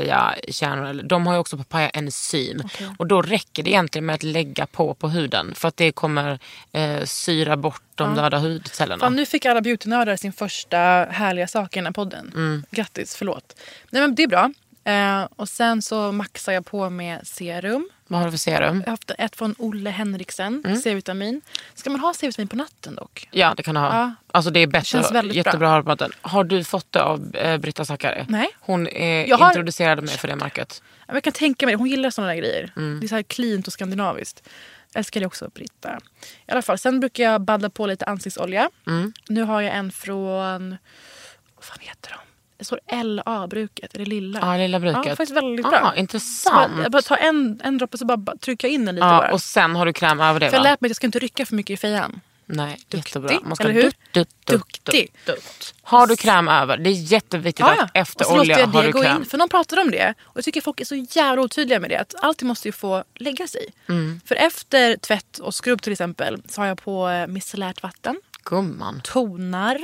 S2: papayakärnor, eller- de har ju också papayaenzym. Och då räcker det egentligen med att lägga på på huden för att det kommer eh, syra bort de döda hudcellerna.
S3: Fan, nu fick alla beautynördar sin första härliga sak i den här podden.
S2: Mm.
S3: Grattis, förlåt. Nej men det är bra. Eh, och sen så maxar jag på med serum.
S2: Vad har du för serum?
S3: Jag har haft ett från Olle Henriksen,
S2: Mm.
S3: C-vitamin. Ska man ha C-vitamin på natten dock?
S2: Ja, det kan du ha.
S3: Ja.
S2: Alltså det är bättre.
S3: Känns väldigt
S2: Jättebra
S3: bra.
S2: att ha det på maten. Har du fått det av eh, Britta Zackari?
S3: Nej.
S2: Hon eh,
S3: Jag har-
S2: introducerade mig för det märket.
S3: Ja, men Jag kan tänka mig det. Hon gillar såna där grejer.
S2: Mm.
S3: Det är så här cleant och skandinaviskt. Älskar det också, Britta. I alla fall, sen brukar jag badda på lite ansiktsolja.
S2: Mm.
S3: Nu har jag en från... Vad fan heter de? Det står LA-bruket, är det lilla?
S2: Ja, Lilla bruket.
S3: Ja, faktiskt väldigt bra.
S2: Ah,
S3: Så
S2: intressant.
S3: bara, jag bara tar en, en droppe så bara, bara trycker jag in den lite
S2: Ja,
S3: bara.
S2: och sen har du kräm över det
S3: För jag
S2: va?
S3: lärt mig att jag ska inte rycka för mycket i fejan.
S2: Nej, jättebra.
S3: Duktig,
S2: Man ska
S3: eller hur?
S2: Dutt, dutt, dutt,
S3: Duktig.
S2: Dutt, dutt. Har du kräm över? Det är jätteviktigt att
S3: och
S2: efter olja
S3: så låter jag
S2: har
S3: det
S2: du
S3: gå
S2: kräm.
S3: in. För någon pratade om det och jag tycker folk är så jävla otydliga med det. Att allting måste ju få lägga sig.
S2: Mm.
S3: För efter tvätt och skrubb till exempel så har jag på eh, micellärt vatten,
S2: Gumman.
S3: tonar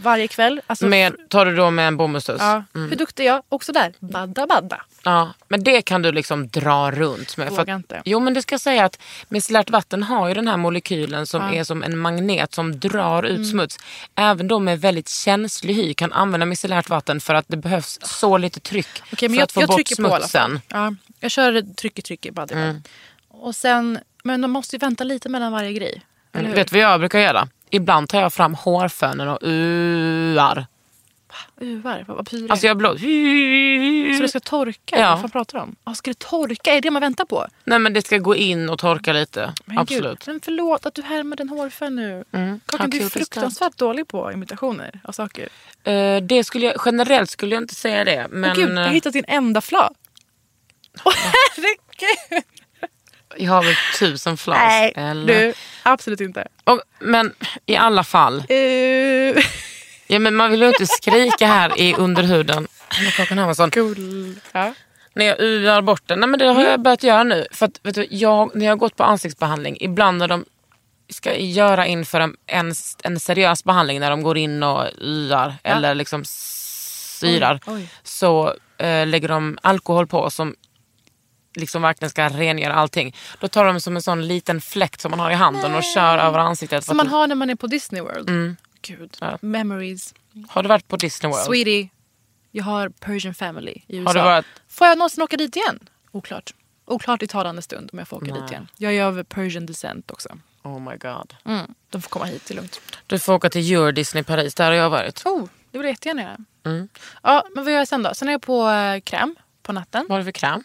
S3: varje kväll. Alltså,
S2: Med, Mm. tar du då med en bomullstuss?
S3: ja, Hur duktig är jag? Också där, badda badda.
S2: Ja, men det kan du liksom dra runt med.
S3: Vågar inte.
S2: Jo, men det ska jag säga att micellärt vatten har ju den här molekylen som är som en magnet som drar
S3: Mm.
S2: ut smuts. Även de med väldigt känslig hy kan använda micellärt vatten för att det behövs så lite tryck
S3: Okej, men
S2: för
S3: jag,
S2: att få
S3: jag
S2: bort
S3: trycker på i alla fall.
S2: smutsen. Mm.
S3: Ja, jag kör trycker trycker badda. Och sen, men de måste ju vänta lite mellan varje grej. eller
S2: Mm.
S3: hur?
S2: Vet du vad jag brukar göra? Ibland tar jag fram hårfönen och uar.
S3: Uvar, vad vad betyder det?
S2: Alltså jag blå...
S3: Så det ska torka?
S2: Ja.
S3: Vad fan pratar du om? Ja, ska det torka? Är det man väntar på?
S2: Nej men det ska gå in och torka lite.
S3: Men
S2: Absolut. Mm.
S3: Gud, men förlåt att du härmar den hårfön nu. Kakan, du är
S2: Absolut, det är
S3: fruktansvärt dålig på imitationer av saker.
S2: Eh, det skulle jag, generellt skulle jag inte säga det. Men
S3: Men, Gud, jag har
S2: eh,
S3: hittat din enda fla. Åh, herregud!
S2: jag har väl tusen flas. eller?
S3: Du, absolut inte.
S2: Och, men i alla fall.
S3: Uh,
S2: Ja, men man vill ju inte skrika här i underhuden. med Kakan Hermansson.
S3: cool. Ja.
S2: När jag uar bort den. Nej, men det
S3: Mm.
S2: har jag börjat göra nu. För att, vet du, jag, när jag har gått på ansiktsbehandling, ibland när de ska göra inför en, en, en seriös behandling, när de går in och uar eller liksom syrar,
S3: oj.
S2: så eh, lägger de alkohol på som liksom verkligen ska rengöra allting. Då tar de som en sån liten fläkt som man har i handen och kör över ansiktet. för
S3: Som
S2: att
S3: man
S2: det-
S3: har när man är på Disney World. Gud,
S2: Mm. Ja.
S3: memories.
S2: har du varit på Disney World?
S3: Sweetie, jag har Persian family i USA.
S2: Har du varit-
S3: Får jag någonsin åka dit igen? Oklart. Oklart i talande stund om jag får åka dit igen. Jag är av Persian descent också.
S2: Oh my god.
S3: Mm. De får komma hit, det är lugnt.
S2: Du får åka till Euro Disney Paris, där har jag varit.
S3: Oh, det vill jag jättegärna göra.
S2: Mm.
S3: Ja, men vad gör jag sen då? Sen är jag på eh, kräm på natten.
S2: Vad har du för kräm?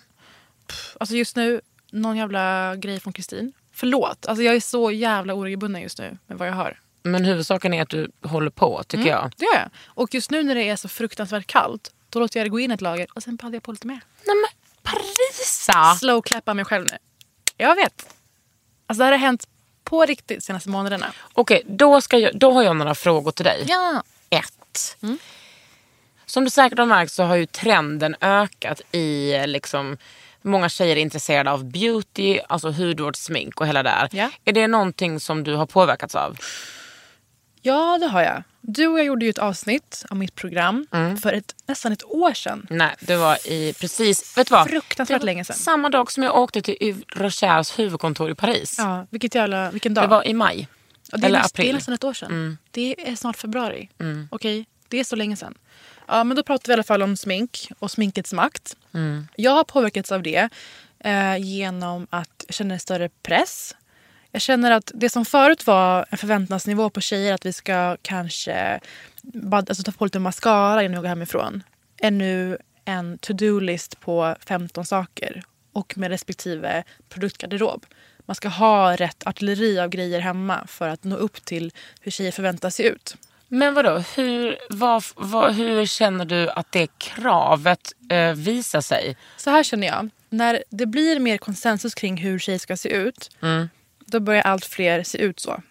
S3: Alltså just nu, någon jävla grej från Kristin. Förlåt, alltså jag är så jävla oregelbunden just nu med vad jag har.
S2: Men huvudsaken är att du håller på tycker jag.
S3: Det gör jag. Och just nu när det är så fruktansvärt kallt, då låter jag det gå in ett lager och sen paddar jag på lite mer.
S2: Nej men Parisa!
S3: Slow clappar mig själv nu. Jag vet. Alltså det här har hänt på riktigt senaste månaderna.
S2: Okej, då, ska jag, då har jag några frågor till dig.
S3: Ja. Mm.
S2: Ett. Som du säkert har märkt så har ju trenden ökat i eh, liksom Många tjejer är intresserade av beauty, alltså hudvård, smink och hela det där.
S3: Ja.
S2: Är det någonting som du har påverkats av?
S3: Ja, det har jag. Du och jag gjorde ju ett avsnitt av mitt program
S2: Mm.
S3: för ett, nästan ett år sedan.
S2: Nej, det var i precis... Vet du vad?
S3: Fruktansvärt
S2: Det var
S3: länge sedan.
S2: Samma dag som jag åkte till Yves Rochers huvudkontor i Paris.
S3: Ja, vilket jävla, vilken dag.
S2: Det var i maj.
S3: Ja, det, är
S2: Eller
S3: näst, det är
S2: april. Mm.
S3: nästan ett år sedan. Det är snart februari. Okej, det är så länge sedan. Ja, men då pratar vi i alla fall om smink och sminkets makt.
S2: Mm.
S3: Jag har påverkats av det eh, genom att jag känner en större press. Jag känner att det som förut var en förväntansnivå på tjejer att vi ska kanske bad, alltså, ta på lite mascara innan vi går hemifrån är nu en to-do-list på 15 saker och med respektive produktgarderob. Man ska ha rätt artilleri av grejer hemma för att nå upp till hur tjejer förväntas se ut.
S2: Men vadå, hur, vad, vad, hur känner du att det kravet eh, visar sig?
S3: Så här känner jag. När det blir mer konsensus kring hur tjejer ska se ut då börjar allt fler se ut så.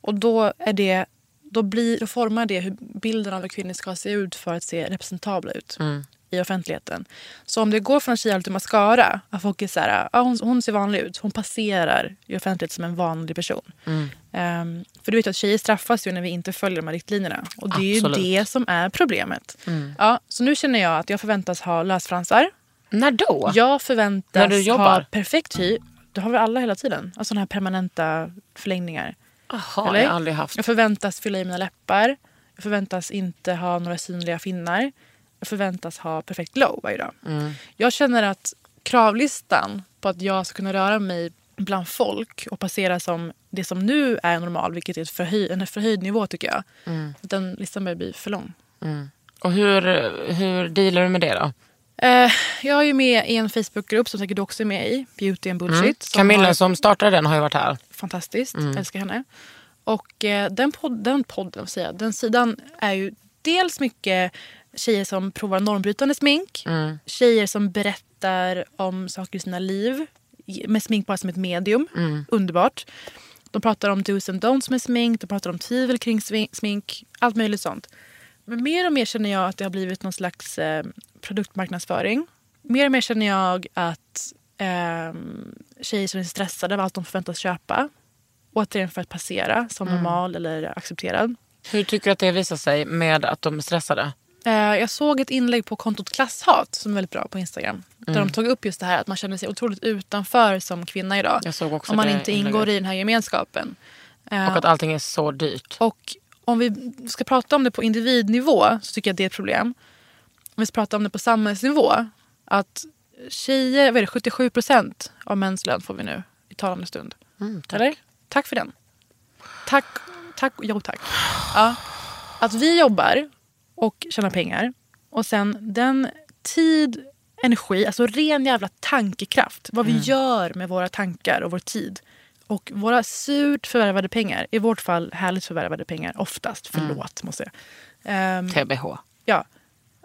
S3: Och då, är det, då, blir, då formar det hur bilden av hur kvinnor ska se ut för att se representabla ut. i offentligheten. Så om det går från tjejhåll till mascara, att folk är så här, ah, hon, hon ser vanlig ut, hon passerar i offentlighet som en vanlig person. Ehm, för du vet ju att tjejer straffas ju när vi inte följer de här riktlinjerna. Och det är
S2: Absolut.
S3: ju det som är problemet. Ja, så nu känner jag att jag förväntas ha lösfransar.
S2: När då?
S3: Jag förväntas
S2: När du jobbar?
S3: ha perfekt hy. Det har vi alla hela tiden. Alltså såna här permanenta förlängningar.
S2: Jaha,
S3: Eller?
S2: jag har aldrig haft.
S3: Jag förväntas fylla i mina läppar. Jag förväntas inte ha några synliga finnar. Jag förväntas ha perfekt glow varje dag.
S2: Mm.
S3: Jag känner att kravlistan på att jag ska kunna röra mig bland folk och passera som det som nu är normal, vilket är ett förhöj, en förhöjd nivå tycker jag.
S2: Mm.
S3: Den listan börjar bli för lång.
S2: Och hur, hur dealar du med det då?
S3: Eh, jag är ju med i en Facebookgrupp som säkert du också är med i, Beauty and Bullshit. Som
S2: Mm. Camilla
S3: har-
S2: som startade den har ju varit här.
S3: fantastiskt. Älskar henne. Och eh, den, pod- den podden, säger jag, den sidan är ju dels mycket tjejer som provar normbrytande smink.
S2: Mm.
S3: Tjejer som berättar om saker i sina liv. Med smink bara som ett medium. Underbart. De pratar om dos and don'ts med smink. De pratar om tvivel kring svi- smink. Allt möjligt sånt. Men mer och mer känner jag att det har blivit någon slags eh, produktmarknadsföring. Mer och mer känner jag att eh, tjejer som är stressade av allt de förväntas köpa. Återigen för att passera som normal eller accepterad.
S2: Hur tycker du att det visar sig med att de är stressade?
S3: Eh, jag såg ett inlägg på kontot Klasshat som är väldigt bra på Instagram.
S2: Mm.
S3: Där de tog upp just det här att man känner sig otroligt utanför som kvinna idag.
S2: Jag såg också
S3: om man
S2: det
S3: inte ingår i den här gemenskapen. Eh,
S2: Och att allting är så dyrt.
S3: Och om vi ska prata om det på individnivå så tycker jag att det är ett problem. Om vi ska prata om det på samhällsnivå. Att tjejer, vad är det, 77 procent av mäns lön får vi nu i talande stund. tack. Eller? Tack för den. Tack, tack, jo tack. Ja. Att vi jobbar och tjänar pengar och sen den tid, energi, alltså ren jävla tankekraft. Vad vi gör med våra tankar och vår tid. Och våra surt förvärvade pengar, i vårt fall härligt förvärvade pengar oftast, förlåt måste jag säga. Ehm,
S2: TBH.
S3: ja,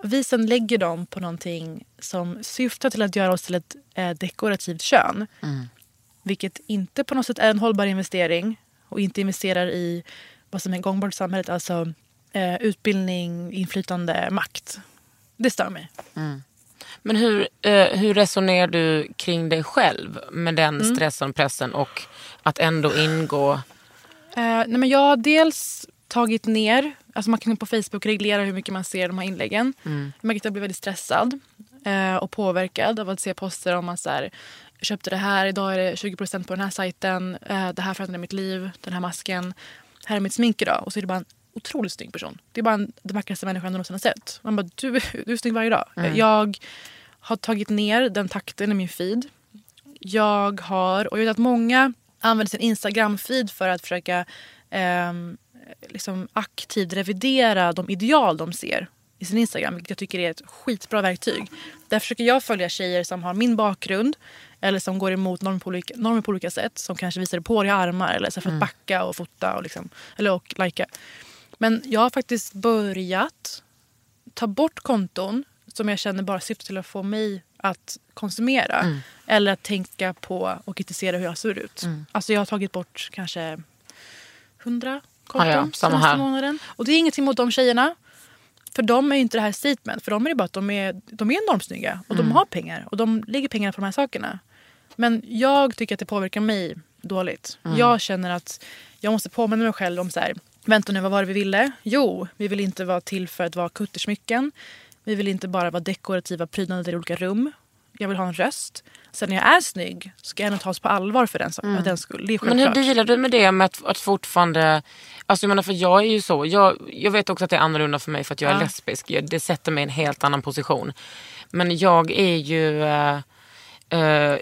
S3: vi sen lägger dem på någonting som syftar till att göra oss till ett eh, dekorativt kön. Vilket inte på något sätt är en hållbar investering och inte investerar i vad som är gångbart i samhället. Alltså eh, utbildning, inflytande, makt. Det stör mig.
S2: Men hur, eh, hur resonerar du kring dig själv med den stressen, pressen och att ändå ingå?
S3: Eh, nej men jag har dels tagit ner, alltså man kan på Facebook reglera hur mycket man ser de här inläggen. Jag märker att jag blir väldigt stressad eh, och påverkad av att se poster om man så här, jag köpte det här, idag är det 20% på den här sajten, eh, det här förändrade mitt liv, den här masken, här är mitt smink idag. Och så är det bara en otroligt snygg person. Det är bara en, den vackraste människan jag någonsin har sett. Man bara, du, du är snygg varje dag. Jag har tagit ner den takten i min feed jag har, och jag vet att många använder sin Instagram-feed för att försöka ehm, liksom aktivt revidera de ideal de ser i sin Instagram, vilket jag tycker är ett skitbra verktyg. Där försöker jag följa tjejer som har min bakgrund eller som går emot normer på olika, normer på olika sätt, som kanske visar på i armar eller så för att backa och fota och, liksom, eller och lajka. Men jag har faktiskt börjat ta bort konton som jag känner bara syftar till att få mig att konsumera.
S2: Mm.
S3: Eller att tänka på och kritisera hur jag ser ut.
S2: Mm.
S3: Alltså jag har tagit bort kanske 100 konton
S2: Ah, Ja, ja, samma
S3: senaste
S2: här.
S3: månaden. Och det är ingenting mot de tjejerna. För dem är ju inte det här statement. För dem är det bara att de är, de är enormt snygga. Och
S2: Mm.
S3: de har pengar. Och de lägger pengar på de här sakerna. Men jag tycker att det påverkar mig dåligt.
S2: Mm.
S3: Jag känner att jag måste påminna mig själv om så här. Vänta nu, vad var det vi ville? Jo, vi vill inte vara till för att vara kuttersmycken. Vi vill inte bara vara dekorativa prydnader i olika rum. Jag vill ha en röst. Sen när jag är snygg ska jag ändå tas på allvar för den, sak- för den skull. Det är
S2: Mm. Men hur
S3: självklart.
S2: dealar du med det med att, att fortfarande... Alltså jag menar för jag är ju så. Jag, jag vet också att det är annorlunda för mig för att jag är lesbisk. Jag, det sätter mig i en helt annan position. Men jag är ju... eh, eh,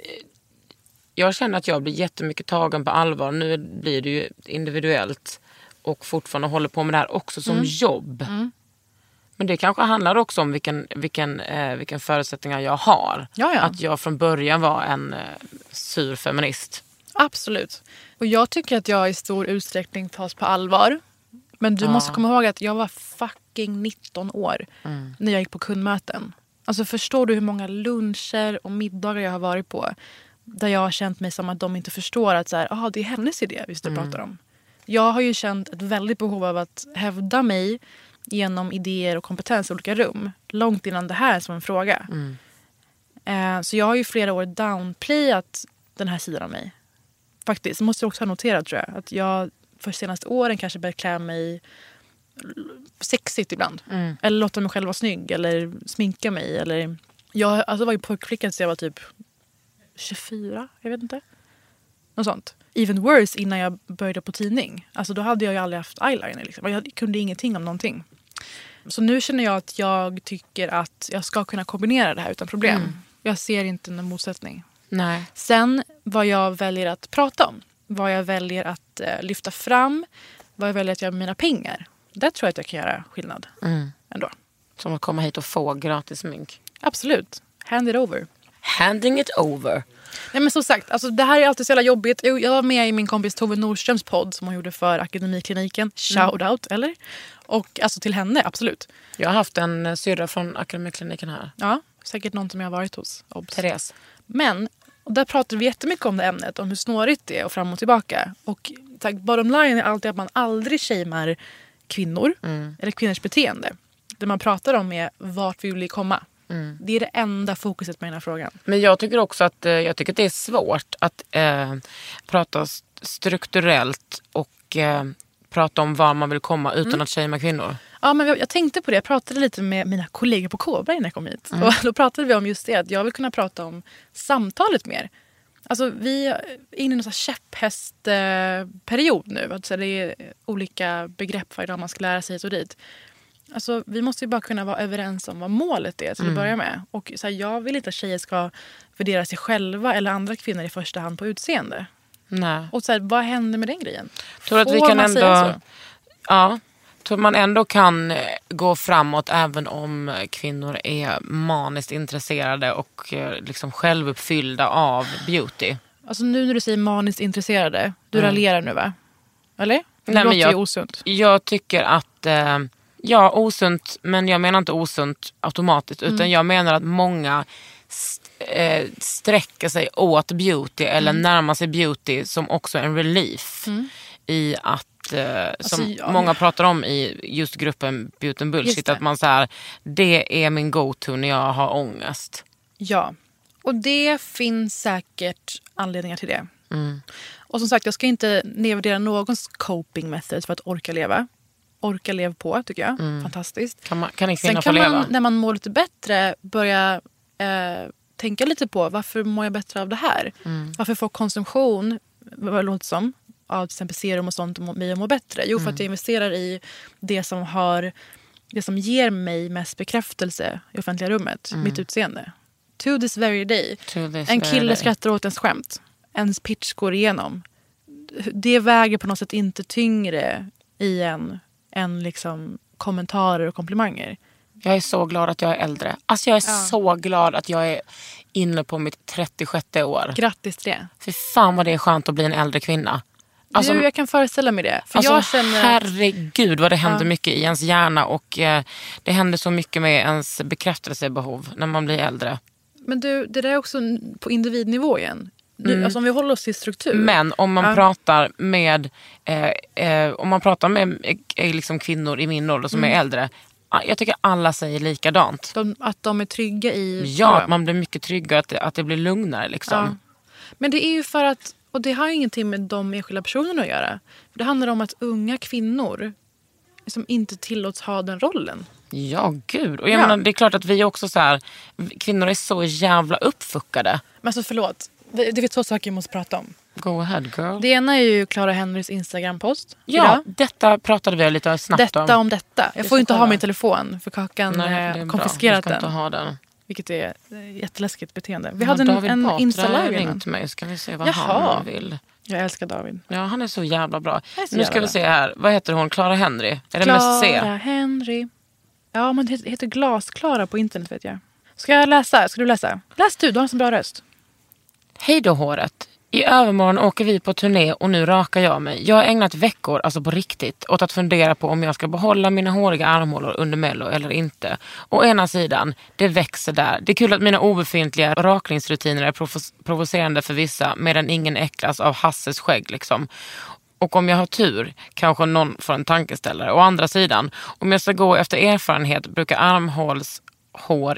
S2: jag känner att jag blir jättemycket tagen på allvar. Nu blir det ju individuellt och fortfarande håller på med det här också som
S3: Mm.
S2: jobb. Men det kanske handlar också om vilken, vilken, eh, vilken förutsättningar jag har.
S3: Ja, ja.
S2: Att jag från början var en eh, sur feminist.
S3: Absolut. Och jag tycker att jag i stor utsträckning tas på allvar. Men du måste komma ihåg att jag var fucking 19 år när jag gick på kundmöten. Alltså förstår du hur många luncher och middagar jag har varit på där jag har känt mig som att de inte förstår att så här, aha, det är hennes idé vi står och pratar om. Jag har ju känt ett väldigt behov av att hävda mig genom idéer och kompetens i olika rum. Långt innan det här som en fråga. Eh, så jag har ju flera år downplayat den här sidan av mig. Faktiskt, det måste jag också ha noterat tror jag. Att jag för senaste åren kanske börjat klä mig sexigt ibland. Eller låta mig själv vara snygg eller sminka mig. Eller... Jag alltså, var ju pojkflicka tills jag var typ 24, jag vet inte. Något sånt. Even worse innan jag började på tidning. Alltså, då hade jag ju aldrig haft eyeliner. Liksom. Jag kunde ingenting om någonting. Så nu känner jag att jag tycker att jag ska kunna kombinera det här utan problem. Jag ser inte någon motsättning.
S2: Nej.
S3: Sen vad jag väljer att prata om, vad jag väljer att eh, lyfta fram, vad jag väljer att göra med mina pengar. Där tror jag att jag kan göra skillnad ändå.
S2: Som att komma hit och få gratis smink.
S3: Absolut. Hand it over.
S2: Handing it over.
S3: Nej men som sagt, alltså, det här är alltid så jävla jobbigt. Jo, Jag var med i min kompis Tove Nordströms podd som hon gjorde för Akademikliniken. Shout out, eller? Och alltså till henne, absolut.
S2: Jag har haft en eh, syrra från Akademikliniken här.
S3: Ja, säkert någon som jag har varit hos. Obs.
S2: Therese.
S3: Men och där pratar vi jättemycket om det ämnet, om hur snårigt det är och fram och tillbaka. Och så här, bottom line är alltid att man aldrig shamear kvinnor eller kvinnors beteende. Det man pratar om är vart vi vill komma. Det är det enda fokuset med den här frågan.
S2: Men jag tycker också att, eh, jag tycker att det är svårt att eh, prata st- strukturellt och eh, prata om var man vill komma utan att shamea kvinnor.
S3: Ja, men jag, jag tänkte på det. Jag pratade lite med mina kollegor på Kobra innan jag kom hit.
S2: Mm.
S3: Och då pratade vi om just det, att jag vill kunna prata om samtalet mer. Alltså, vi är inne i någon käpphästperiod nu. Alltså, det är olika begrepp varje dag man ska lära sig hit och dit. Alltså, vi måste ju bara kunna vara överens om vad målet är
S2: Mm.
S3: till att börja med. Och, så här, jag vill inte att tjejer ska värdera sig själva eller andra kvinnor i första hand på utseende.
S2: Nej.
S3: Och så här, vad händer med den grejen?
S2: Tror att vi
S3: Får
S2: kan
S3: man säga
S2: ändå-
S3: så?
S2: Ja. Tror man ändå kan eh, gå framåt även om eh, kvinnor är maniskt intresserade och eh, liksom självuppfyllda av beauty.
S3: Alltså nu när du säger maniskt intresserade, du raljerar nu va? Eller? Det
S2: Nej, men
S3: låter
S2: jag-
S3: ju osunt.
S2: Jag tycker att, eh, ja osunt, men jag menar inte osunt automatiskt
S3: Mm.
S2: utan jag menar att många st- eh, sträcker sig åt beauty eller
S3: Mm.
S2: närmar sig beauty som också en relief i att eh, som
S3: Alltså, jag-
S2: många pratar om i just gruppen Beauty and Bullshit,
S3: Just det.
S2: att man så här, det är min go-to när jag har ångest.
S3: Ja. Och det finns säkert anledningar till det. Och som sagt, jag ska inte nedvärdera någons coping method för att orka leva. Orka leva på tycker jag. Fantastiskt.
S2: Kan, man, kan en
S3: Sen
S2: kvinna få
S3: kan
S2: leva?
S3: man, när man mår lite bättre, börja eh, tänka lite på varför mår jag bättre av det här?
S2: Mm.
S3: Varför får konsumtion, vad det låter som, av till exempel serum och sånt må- mig att må bättre? Jo,
S2: Mm.
S3: för att jag investerar i det som har det som ger mig mest bekräftelse i offentliga rummet, mitt utseende. To this very day.
S2: Mm. To this
S3: en
S2: very
S3: kille
S2: day.
S3: skrattar åt ens skämt. Ens pitch går igenom. Det väger på något sätt inte tyngre i en än liksom kommentarer och komplimanger.
S2: Jag är så glad att jag är äldre. Alltså jag är så glad att jag är inne på mitt 36 år.
S3: Grattis till det.
S2: Fy fan vad det är skönt att bli en äldre kvinna. Alltså,
S3: du, jag kan föreställa mig det. För
S2: alltså,
S3: jag känner att,
S2: herregud vad det händer mycket i ens hjärna och eh, det händer så mycket med ens bekräftelsebehov när man blir äldre.
S3: men du, det där är också n- på individnivå igen. Du, alltså, om vi håller oss till struktur.
S2: Mm. Men om man
S3: Ja.
S2: pratar med eh, eh, om man pratar med eh, liksom kvinnor i min ålder som
S3: Mm.
S2: är äldre. ah, Jag tycker alla säger likadant.
S3: de, att de är trygga i...
S2: Ja, att man blir mycket tryggare, att det, att det blir lugnare. Liksom.
S3: Men det är ju för att... Och det har ju ingenting med de enskilda personerna att göra. För det handlar om att unga kvinnor som inte tillåts ha den rollen.
S2: Ja, gud. Och jag
S3: Ja.
S2: menar, det är klart att vi är också så här, kvinnor är så jävla uppfuckade.
S3: Men alltså förlåt, det det är två saker jag måste prata om.
S2: Go ahead girl.
S3: Det ena är ju Clara Henrys Instagram-post.
S2: ja, detta pratade vi lite snabbt
S3: Detta om detta. Jag får
S2: ska
S3: ju inte ha
S2: kolla.
S3: min telefon för Kakan
S2: Nej, det är
S3: eh,
S2: bra.
S3: konfiskerat
S2: Jag ska inte
S3: den.
S2: ha den.
S3: Vilket är ett jätteläskigt beteende. Vi
S2: Ja,
S3: hade en,
S2: David
S3: en
S2: Batra
S3: Insta-live innan.
S2: ringt mig. Ska vi se vad
S3: Jaha.
S2: han vill.
S3: Jag älskar David.
S2: Ja, han är så jävla bra.
S3: är så
S2: nu
S3: jävla
S2: ska vi
S3: bra.
S2: se här. Vad heter hon? Clara Henry? Är det med
S3: Clara
S2: C?
S3: Henry. Ja, men det heter Glasklara på internet vet jag. Ska jag läsa? Ska du läsa? Läs du, du har en så bra röst.
S2: Hej då håret. I övermorgon åker vi på turné och nu rakar jag mig. Jag har ägnat veckor, alltså på riktigt, åt att fundera på om jag ska behålla mina håriga armhålor under mello eller inte. Å ena sidan, det växer där. Det är kul att mina obefintliga rakningsrutiner är provo- provocerande för vissa medan ingen äcklas av Hasses skägg liksom. Och om jag har tur kanske någon får en tankeställare. Å andra sidan, om jag ska gå efter erfarenhet brukar armhålshår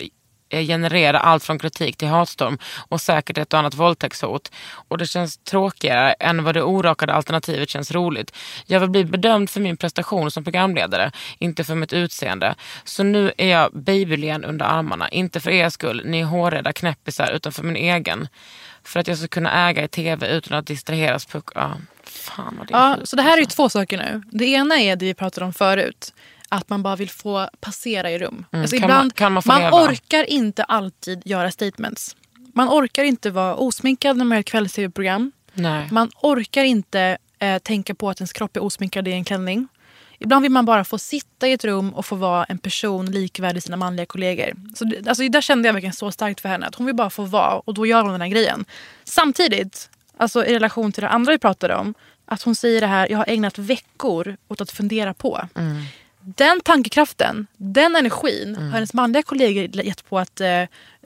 S2: eh, generera allt från kritik till hatstorm och säkert ett och annat våldtäktshot. Och det känns tråkigare än vad det orakade alternativet känns roligt. Jag vill bli bedömd för min prestation som programledare, inte för mitt utseende. Så nu är jag babylen under armarna. Inte för er skull, ni hårrädda knäppisar, utan för min egen. För att jag ska kunna äga i tv utan att distraheras. På, ja, fan vad det är
S3: Ja,
S2: sjukt,
S3: så det här är ju
S2: alltså.
S3: två saker nu. Det ena är det vi pratade om förut. Att man bara vill få passera i rum. Alltså
S2: Mm, kan man- kan man få leva?
S3: orkar inte alltid göra statements. Man orkar inte vara osminkad när man gör ett kvälls-tv-program.
S2: Nej.
S3: Man orkar inte eh, tänka på att ens kropp är osminkad i en klänning. Ibland vill man bara få sitta i ett rum och få vara en person likvärdig sina manliga kollegor. Så det, alltså, där kände jag verkligen så starkt för henne. Att hon vill bara få vara och då gör hon den här grejen. Samtidigt, alltså i relation till det andra vi pratade om. Att hon säger det här, jag har ägnat veckor åt att fundera på. Den tankekraften, den energin har hennes manliga kollegor gett på att eh,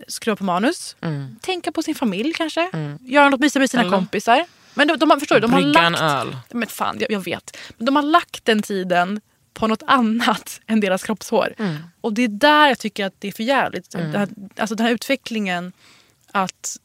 S3: skriva på manus.
S2: Mm.
S3: Tänka på sin familj kanske. Göra något mysigt med sina kompisar. Men de, de, har- förstår du, de har
S2: Brygga en
S3: lagt...
S2: öl.
S3: Men fan, jag, jag vet. Men de har lagt den tiden på något annat än deras kroppshår. Och det är där jag tycker att det är för jävligt. Det här, alltså den här utvecklingen att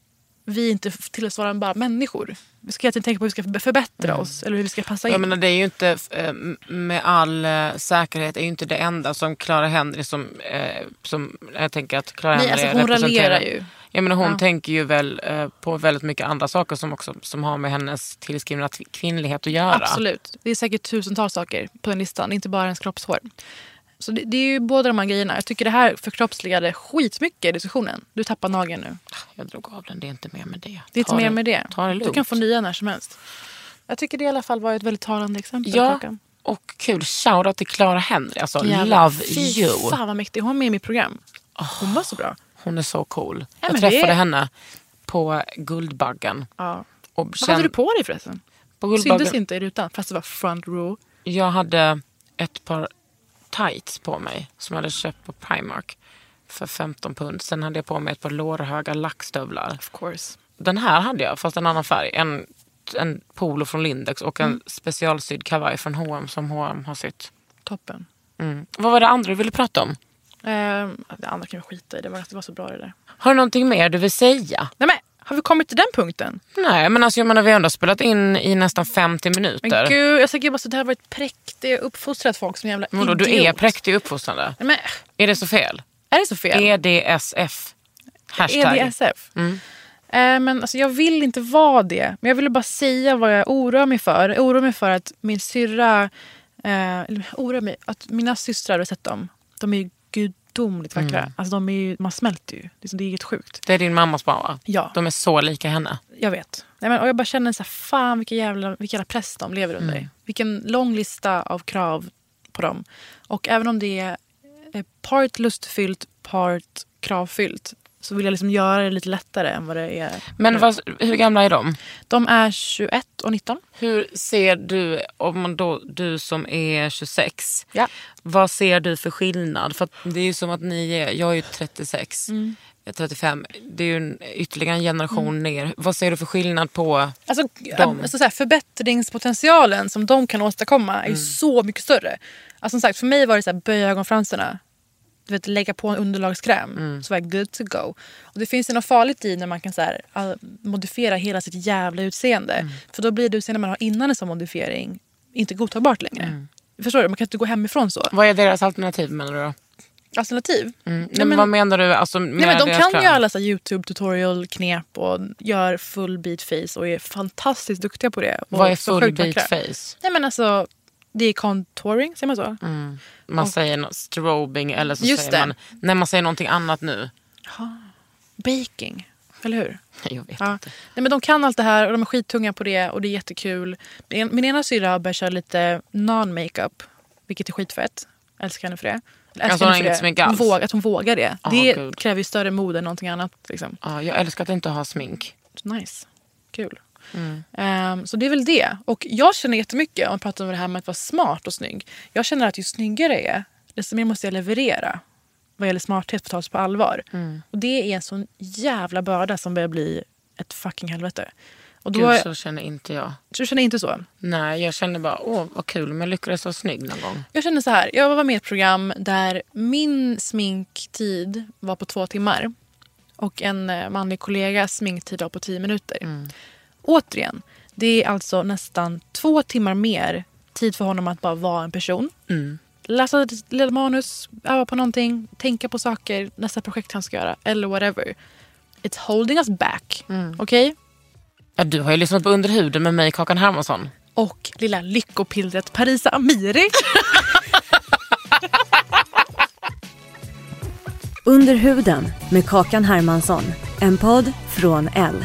S3: vi inte f- tillåts vara bara människor. Vi ska hela tiden tänka på hur vi ska förb- förbättra oss eller hur vi ska passa in.
S2: Jag menar, det är ju inte, eh, med all eh, säkerhet, är ju inte det enda som Clara Henry, som, eh, som jag tänker att Clara
S3: Nej,
S2: Henry
S3: alltså hon
S2: representerar.
S3: raljerar ju.
S2: Jag menar, hon
S3: Ja.
S2: tänker ju väl eh, på väldigt mycket andra saker som också som har med hennes tillskrivna tv- kvinnlighet att göra.
S3: Absolut. Det är säkert tusentals saker på den listan, inte bara ens kroppshår. Så det, det är ju båda de här grejerna. Jag tycker det här förkroppsligade skitmycket i diskussionen. Du tappar nageln nu.
S2: Jag drog av den, det är inte mer med det.
S3: Det är inte
S2: Ta
S3: mer med det.
S2: Ta det lugnt.
S3: Du kan få nya när som helst. Jag tycker det i alla fall var ett väldigt talande exempel.
S2: Ja,
S3: Kakan.
S2: och kul. Shoutout till Clara Henry. Alltså,
S3: Jävlar.
S2: love you.
S3: Fy fan vad mäktig. Hon var med i mitt program. Hon var så bra.
S2: Hon är så cool. jag
S3: men
S2: träffade
S3: det-
S2: henne på Guldbaggen.
S3: Ja.
S2: Och
S3: Vad
S2: känn-
S3: hade du på dig förresten?
S2: på Guldbaggen-
S3: Syntes inte i rutan fast det var front row.
S2: Jag hade ett par tights på mig som jag hade köpt på Primark för 15 pund. Sen hade jag på mig ett par lårhöga lackstövlar.
S3: Of course.
S2: Den här hade jag, fast en annan färg. En, en polo från Lindex och en
S3: Mm.
S2: specialsydd kavaj från H&M som H&M har sytt.
S3: Toppen.
S2: Mm. Vad var det andra du ville prata om?
S3: Ehm, det andra kan vi skita i. Det var, det var så bra det där.
S2: Har du någonting mer du vill säga?
S3: Nej men, har vi kommit till den punkten?
S2: Nej, men alltså jag menar vi har ändå spelat in i nästan 50
S3: Men
S2: minuter.
S3: gud, jag tycker bara så det här har varit präktigt. Jag har uppfostrat folk som jävla
S2: Men då, du är
S3: idiot.
S2: präktig och uppfostrande.
S3: Nej, men,
S2: Är det så fel? E
S3: är det så fel?
S2: EDSF.
S3: E
S2: Hashtag. Mm.
S3: EDSF. Eh, men alltså, jag vill inte vara det. Men jag ville bara säga vad jag oroar mig för. Jag oroar mig för att min syrra... Eh, eller oroar mig, att mina systrar, har du sett dem? De är ju gudomligt vackra.
S2: Mm.
S3: Alltså, de är ju, man smälter ju. Liksom, det är helt sjukt.
S2: Det är din mammas barn va?
S3: Ja.
S2: De är så lika henne.
S3: Jag vet. Nej, men, och jag bara känner så här, fan vilken jävla, vilken jävla press de lever under. Vilken lång lista av krav på dem. Och även om det är eh, part lustfyllt, part kravfyllt så vill jag liksom göra det lite lättare än vad det är.
S2: Men vad, hur gamla är de?
S3: De är 21 och 19.
S2: Hur ser du, om man då, du som är 26,
S3: Ja.
S2: vad ser du för skillnad? För att det är ju som att ni är, jag är ju 36, jag är 35, det är ju en, ytterligare en generation ner. Vad ser du för skillnad på,
S3: Alltså,
S2: De.
S3: alltså så här, förbättringspotentialen som de kan åstadkomma är ju
S2: Mm.
S3: så mycket större. Alltså, som sagt, för mig var det så här, böja ögonfransarna. Du vet, lägga på en underlagskräm
S2: Mm.
S3: så var jag good to go. Och det finns ju något farligt i när man kan så här, all- modifiera hela sitt jävla utseende.
S2: Mm.
S3: För då blir det utseende man har innan en sån modifiering inte godtagbart längre.
S2: Mm.
S3: Förstår du? Man kan inte gå hemifrån så.
S2: vad är deras alternativ menar du? då?
S3: Alternativ? Nej,
S2: Mm. Nej, men, vad menar du? Alltså, med
S3: Nej, men de
S2: deras
S3: kan
S2: krav?
S3: ju alla så här YouTube tutorial knep och gör full beat face och är fantastiskt duktiga på det. Och
S2: Vad är
S3: så
S2: full
S3: sjukt
S2: beat
S3: vackra.
S2: face?
S3: Nej men alltså, det är contouring, säger man så?
S2: Mm. Man säger no- strobing eller så
S3: Just
S2: säger
S3: det.
S2: man... Nej, man säger någonting annat nu.
S3: Baking, eller hur?
S2: Jag vet
S3: Ja.
S2: inte.
S3: Nej, men de kan allt det här och de är skittunga på det och det är jättekul. Min, min ena syrra har börjat köra lite non-makeup, vilket är skitfett. Älskar henne för det. Älskar
S2: Alltså, hon har
S3: henne för
S2: inget
S3: det.
S2: smink alls?
S3: Hon vågar, att hon vågar det.
S2: Ah,
S3: det
S2: gud.
S3: kräver ju större mod än någonting annat. Liksom.
S2: Ja, jag älskar att inte ha smink.
S3: Nice. Kul. Ehm, så det är väl det. Och jag känner jättemycket, om man pratar om det här med att vara smart och snygg. Jag känner att ju snyggare jag är, desto mer måste jag leverera vad gäller smarthet för att tas på allvar. Och det är en sån jävla börda som börjar bli ett fucking helvete. Och då,
S2: Gud, så känner inte jag.
S3: Du känner inte så?
S2: Nej, jag känner bara, åh vad kul om jag lyckades vara snygg någon gång.
S3: Jag känner så här, jag var med i ett program där min sminktid var på två timmar och en eh, manlig kollegas sminktid var på tio minuter. Återigen, det är alltså nästan två timmar mer tid för honom att bara vara en person.
S2: Mm.
S3: Läsa ett litet manus, öva på någonting, tänka på saker, nästa projekt han ska göra eller whatever. It's holding us back. Okej?
S2: Ja, du har ju lyssnat på Underhuden med mig, Kakan Hermansson.
S3: Och lilla lyckopillret Parisa Amiri.
S4: Under huden med Kakan Hermansson. En podd från L.